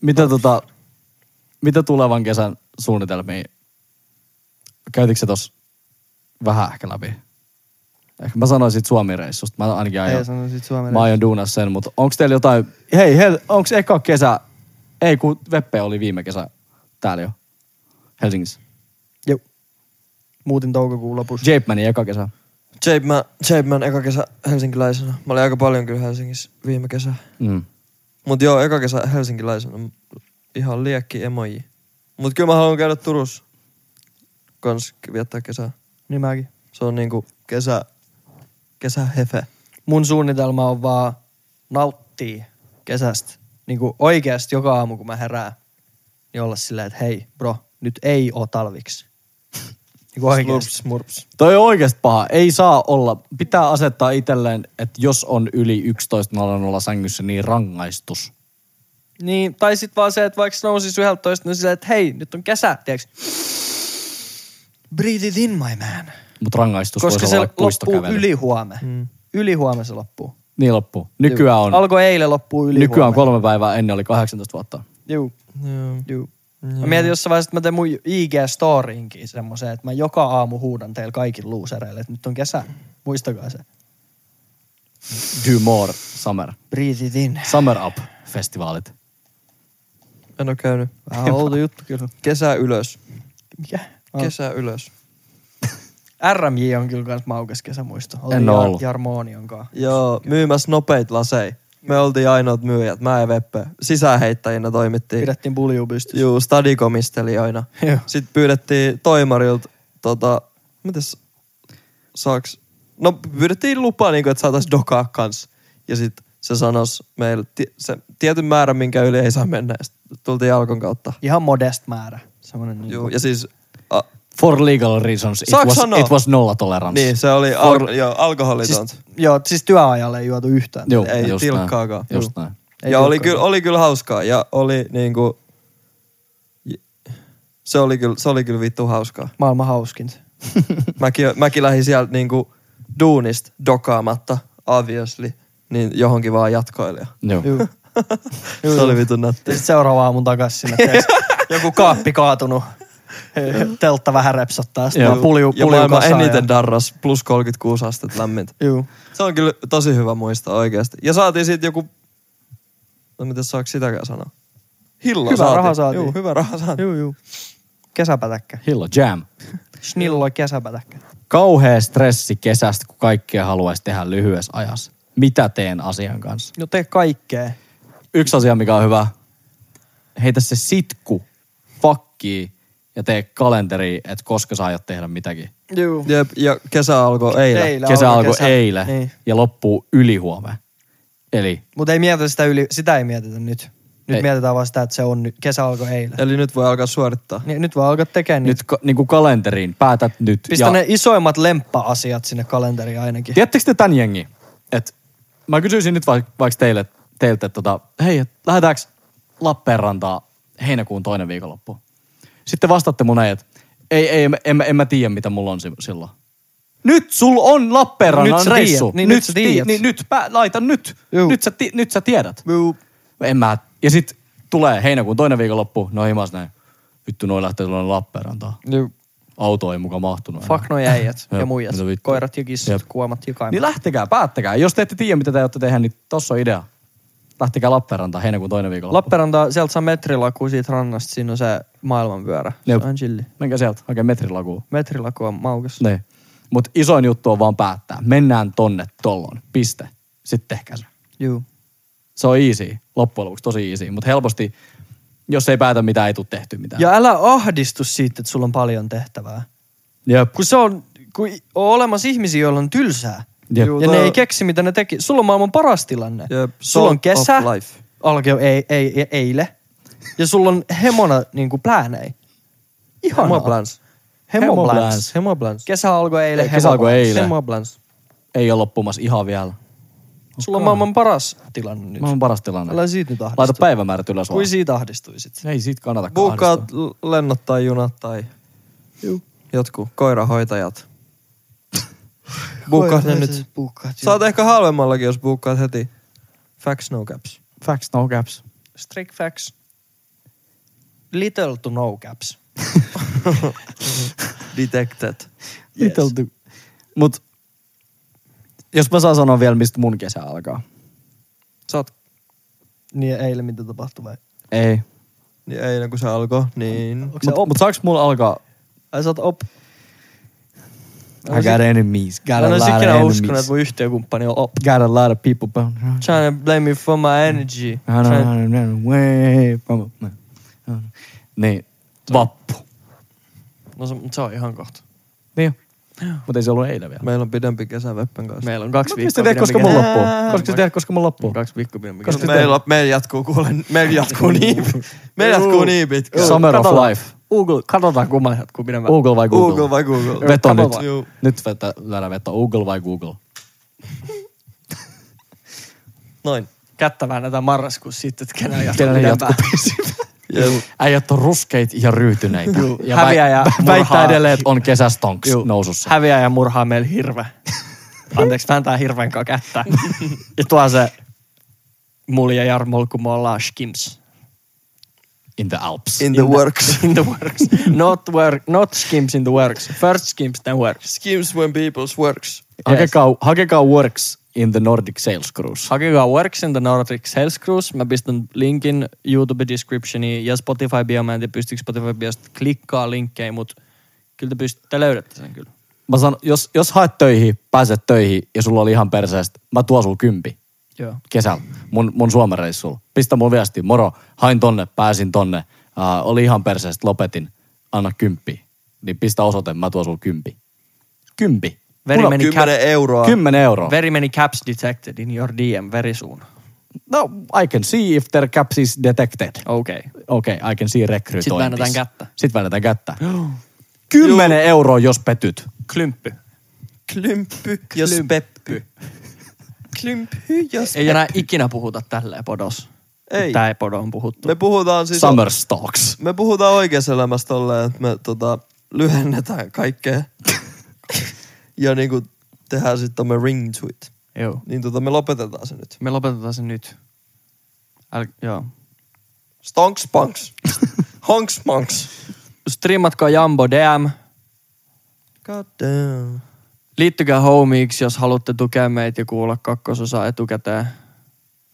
Mitä, tota, mitä tulevan kesän suunnitelmia? Käytitkö se tossa vähän ehkä läpi? Ehkä mä sanoisin sit Suomi-reissusta. Mä ainakin aion,
Ei sano sit Suomen
mä aion duunaa sen, mutta onks teillä jotain... Hei, hei onks eka kesä... Ei, kun Veppe oli viime kesä täällä jo. Helsingissä.
Juu. Muutin toukokuun lopussa.
Jape meni eka kesä.
Jape Man, Jape Man eka kesä helsinkiläisenä. Mä olin aika paljon kyllä Helsingissä viime kesä.
Mm.
Mut joo, eka kesä helsinkiläisenä. Ihan liekki emoji. Mut kyllä mä haluan käydä Turussa kans viettää kesää.
Niin mäkin.
Se on niinku kesä, kesähefe.
Mun suunnitelma on vaan nauttia kesästä. Niin kuin oikeasti joka aamu, kun mä herään, niin olla silleen, että hei bro, nyt ei oo talviksi. Niin kuin oikeasti.
Slurps, murps.
Toi on oikeasti paha. Ei saa olla. Pitää asettaa itselleen, että jos on yli 11.00 sängyssä, niin rangaistus.
Niin, tai sitten vaan se, että vaikka nousis 11, niin silleen, että hei, nyt on kesä, tiiäks. Breathe it in, my man.
Mutta rangaistus
Koska
voisi
se
olla
loppuu
puistokävely.
yli huomenna. Mm. Yli huomenna se loppuu.
Niin loppuu. Nykyään on,
Alkoi eilen, loppuu yli
nykyään on
huomenna.
kolme päivää, ennen oli 18 vuotta.
Juu.
Joo.
Juu. Mä mietin jossain vaiheessa, että mä teen mun IG-storinkin semmoiseen, että mä joka aamu huudan teille kaikille luusereille, että nyt on kesä. Muistakaa se.
Do more summer.
Breathe it in.
Summer up festivaalit.
En oo käynyt.
Vähän outo juttu Ah. kyllä.
Kesä ylös.
Mikä?
Kesä ylös.
RMJ on kyllä kans maukas kesämuisto. Oltiin
En oo
Jar-
ollut.
Jarmo Onion kanssa.
Joo, myymässä nopeita lasei. Me oltiin ainoat myyjät, mä ja Veppe. Sisäänheittäjinä toimittiin.
Pidettiin bulju pystyssä.
Juu, stadikomistelijoina.
Joo.
Sitten pyydettiin toimarilta tota, mitäs saaks... No pyydettiin lupaa, niin kuin, että saatais dokaa kans. Ja sit se sanos meille ti- se tietyn määrän, minkä yli ei saa mennä. Ja sit tultiin alkon kautta.
Ihan modest määrä. Semmoinen niin
Juu, ja siis... A,
For legal reasons, it
Saaks
was,
sanoa?
it was nollatoleranssi.
niin, se oli al- joo, alkoholitonta.
Siis, joo, siis työajalle ei juotu yhtään.
Joo,
ei
just
tilkkaakaan.
Näin, just näin.
Ei
ja oli
tiukkaa.
kyllä, oli kyllä hauskaa ja oli niinku... j- Se oli kyllä, se oli kyllä vittu hauskaa.
Maailman hauskinta.
Mäkin, mäkin lähdin sieltä niinku duunista dokaamatta, obviously, niin johonkin vaan jatkoilija.
Joo.
Juu.
Se oli vitun nätti.
Ja sitten seuraava aamun takaisin sinne. tiedätkö, Joku kaappi kaatunut. Teltta vähän repsottaa. Sitten vaan pulju,
ja
pulju
maailman
kasaan
eniten darras, plus 36 astetta lämmintä.
Ja, juu.
Se on kyllä tosi hyvä muistaa oikeasti. Ja saatiin siitä joku... No miten saako sitäkään sanoa? Hilla
Hyvä
saatiin.
raha saatiin.
Juu, hyvä raha saatiin.
Juu, juu. Kesäpätäkkä.
Hillo jam.
Snilloi kesäpätäkkä.
Kauhea stressi kesästä, kun kaikkea haluaisi tehdä lyhyessä ajassa. Mitä teen asian kanssa?
No tee kaikkea.
Yksi asia, mikä on hyvä. Heitä se sitku fakkii ja tee kalenteri, että koska sä aiot tehdä mitäkin.
Juu.
Jep, ja kesä alkoi eilen.
Eilen
kesä
alkoi
alkoi
kesä.
eilen
Niin.
ja loppuu ylihuomenna. Eli
Mutta ei mietitä sitä yli, sitä ei mietitä nyt. Nyt ei.
Ei.
mietitään vaan sitä, että se on nyt. Kesä alkoi eilen.
Eli nyt voi alkaa suorittaa.
Niin, nyt vaan alkaa tekemään nyt.
nyt ka, niin kuin kalenteriin päätät nyt.
Pistä ja. ne isoimmat lemppa-asiat sinne kalenteriin ainakin.
Tiedättekö te tämän jengi? Et, mä kysyisin nyt vaikka vaik teille, teiltä, että tota, hei, et, lähdetäänkö Lappeenrantaan heinäkuun toinen viikonloppu? Sitten vastaatte mun näin, että ei, ei, en, en, en mä tiedä, mitä mulla on si- silloin. Nyt sul on
Nyt
Lappeenrannan
sä
reissu.
tiedät, niin nyt sä
ti-
tiedät.
Niin, nyt pä, laita nyt.
Juu.
Nyt sä, ti, nyt sä tiedät.
Juu.
En mä. Ja sit tulee heinäkuun toinen viikonloppu, no himas näin. Vittu, noi lähtee tuonne Lappeenrantaan.
Juu.
Auto ei muka mahtunut. enää.
Fuck no noi äijät ja
Jep,
muijat.
mitä vittua.
Koirat ja kissat,
Jep.
kuomat ja
Niin
kaimat.
lähtekää, päättäkää. Jos te ette tiedä, mitä te aiotte tehdä, niin tossa on idea. Lähtekää Lappeenrantaan heinäkuun toinen viikolla.
Lappeenranta, sieltä saa metrilaku siitä rannasta, siinä on se maailmanpyörä.
Jep.
Se on chilli.
Menkää sieltä, hakee metrilakuun.
Metrilaku on maukas.
Niin. Mutta isoin juttu on vaan päättää. Mennään tonne tollon. Piste. Sitten tehkää se.
Juu.
Se on easy. Loppujen lopuksi tosi easy. Mutta helposti, jos ei päätä mitään, ei tule tehty mitään.
Ja älä ahdistu siitä, että sulla on paljon tehtävää.
Jep.
Kun se on, kun i- on olemassa ihmisiä, joilla on tylsää.
Jep.
Juu,
Juu,
ja
toi-
ne ei keksi, mitä ne teki. Sulla on maailman paras tilanne.
Jep.
Sulla on
Salt of
kesä,
life.
alkoi ei, ei, ei, eile. Ja sulla on hemona niin kuin pläänei. Ihanaa.
Hemoblans.
Hemoblans.
Hemoblans.
Kesä alkoi eilen.
Kesä alkoi
hemoblans.
eilen.
Hemoblans.
Ei ole loppumassa ihan vielä.
Sulla on maailman paras tilanne nyt.
Mä on paras tilanne.
Älä siitä nyt ahdistu.
Laita päivämäärät ylös vaan.
Kui siitä ahdistuisit?
Ei siitä kannata
Buukkaat
ahdistua.
l- lennot tai junat tai
Juu.
jotkut koirahoitajat. Buukkaat ne nyt.
Buukkaat.
Saat ehkä halvemmallakin, jos buukkaat heti. Facts no caps.
Facts, no caps.
Strict facts. Little to no caps.
Detected.
Yes. Little Mut jos mä saan sanoa vielä, mistä mun kesä alkaa.
Sä oot,
Niin eilen mitä tapahtui vai?
Ei.
niin eilen kun se alkoi, niin...
Onko se
Mutta
op?
mut saaks mulla alkaa?
Ai sä oot op.
I got enemies. Got
Mä
a
en
lot
olisi
of
ikinä uskonut,
enemies.
että mun yhtiökumppani on op.
Got a lot of people. bound around.
Trying to blame me for my energy.
I don't
Trying...
know, run away from my- Niin. Vappu.
No se, mut se on ihan kohta.
Niin Mutta ei se ollut eilen vielä.
Meillä on pidempi kesä Veppen kanssa.
Meillä on kaksi
Mut
viikkoa.
mistä tehdä, koska
pidempi
mun
kesä.
loppuu? Koska tehdä, koska mun loppuu?
Kaksi viikkoa pidempi
Koska-
kesä.
meillä, meillä jatkuu kuule, meillä jatkuu niin, meillä jatkuu niin pitkä.
Summer of life.
Google, katsotaan kumman jatkuu pidemmän.
Google vai Google?
Google vai Google?
Veto
Katsotaan.
nyt.
Juu.
Nyt vetä, lähdä veto. Google vai Google?
Noin.
Kättä väännetään marraskuussa sitten, että kenellä jatkuu
Kenellä
pidempään.
jatkuu
Jep.
Äijät on ruskeit ja ryytyneitä. Ja
Häviää
väi-
ja
vä-
murhaa.
väittää edelleen, että on kesästonks
Juu.
nousussa.
Häviää ja murhaa meillä hirve. Anteeksi, vääntää hirveän kanssa kättä. ja tuo se mulla ja Jarmol, kun me ollaan skims.
In the Alps.
In the works.
In the works. Not, work, not skims in the works. First skims, then works.
Schemes when people's works.
hakekaa, hakekaa works in the Nordic Sales Cruise.
Hakekaa Works in the Nordic Sales Cruise. Mä pistän linkin YouTube descriptioniin ja Spotify bio. Mä en tiedä, pystyykö Spotify biosta klikkaa linkkejä, mutta kyllä te, pystyt, te löydätte sen kyllä.
Mä sanon, jos, jos haet töihin, pääset töihin ja sulla oli ihan perseestä, mä tuon sulla kympi
Joo.
kesällä mun, mun Suomen reissulla. Pistä mun viesti, moro, hain tonne, pääsin tonne, äh, oli ihan perseestä, lopetin, anna kymppi. Niin pistä osoite, mä tuon sulla kympi. Kympi.
Veri
Mulla on
meni cap-
10 euroa.
10 euroa.
Very many caps detected in your DM very soon.
No, I can see if their caps is detected.
Okei. Okay.
Okei, okay, I can see recruitointis.
Oh. Sit väännetään kättä.
Sitten väännetään kättä. Kymmenen euroa, jos petyt.
Klympy.
Klympy ja speppy. Klympy ja
Ei
speppy.
enää ikinä puhuta tälleen podos.
Ei.
Tää ei podo on puhuttu.
Me puhutaan siis...
Summer Stalks.
Me puhutaan oikeassa elämässä tolleen, että me tota, lyhennetään kaikkea. ja niinku tehdään sitten tämmönen ring tweet.
Joo.
Niin tota, me lopetetaan se nyt.
Me lopetetaan se nyt. Äl, joo.
Stonks punks. Honks punks.
Striimatkaa Jambo DM.
God damn.
Liittykää homiiksi, jos haluatte tukea meitä ja kuulla kakkososaa etukäteen.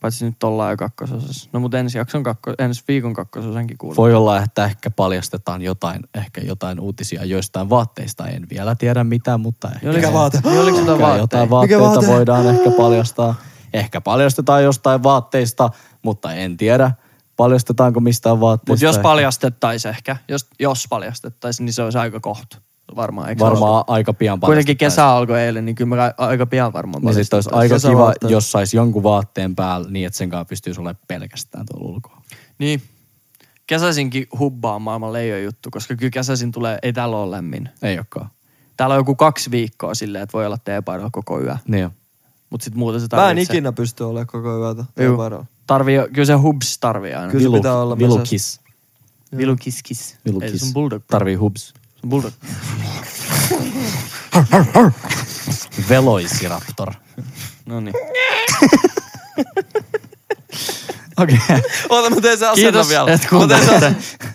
Paitsi nyt ollaan jo kakkososassa. No mutta ensi, jakson kakko, ensi viikon kakkososankin kuulla.
Voi olla, että ehkä paljastetaan jotain, ehkä jotain uutisia joistain vaatteista. En vielä tiedä mitä, mutta ehkä.
Mikä vaate?
Oliko sitä
Ehkä
vaatteita?
jotain vaatteita
vaate?
voidaan ehkä paljastaa. Ehkä paljastetaan jostain vaatteista, mutta en tiedä paljastetaanko mistään vaatteista.
Mutta jos
Ehkä
paljastettaisiin ehkä, jos, jos paljastettaisiin, niin se olisi aika kohta. Varmaan, eikö se ole?
Varmaan aika pian
Kuitenkin
paljastetaan.
kesä alkoi eilen, niin kyllä mä aika pian varmaan
Niin sitten olisi
paljastettaisiin.
aika kiva,
kesävaatteet.
jos saisi jonkun vaatteen päällä niin, että sen kanssa pystyisi olemaan pelkästään tuolla ulkoa.
Niin. Kesäisinkin hubbaa maailman leijon juttu, koska kyllä kesäisin tulee, ei täällä ole lämmin.
Ei olekaan.
Täällä on joku kaksi viikkoa silleen, että voi olla teepaidalla koko yö.
Niin jo.
Mutta sitten muuten se
Mä en
tarvitsee.
ikinä pysty olemaan koko yötä.
Juu.
Joo.
Tarvii, kyllä se hubs tarvii aina.
Kyllä se pitää olla mesässä.
Vilukis.
Vilu kiss kiss. Ei, se
Vilukis.
on bulldog. Tar-
Tarvii hubs.
se on bulldog.
Veloisiraptor.
No niin.
Okei. Okay.
Oota, mä teen sen asennon
Kiitos,
vielä.
että
Mä teen sen
kuuntelitte.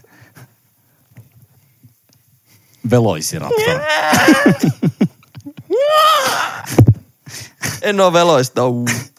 Veloisiraptor.
En oo veloista. uu.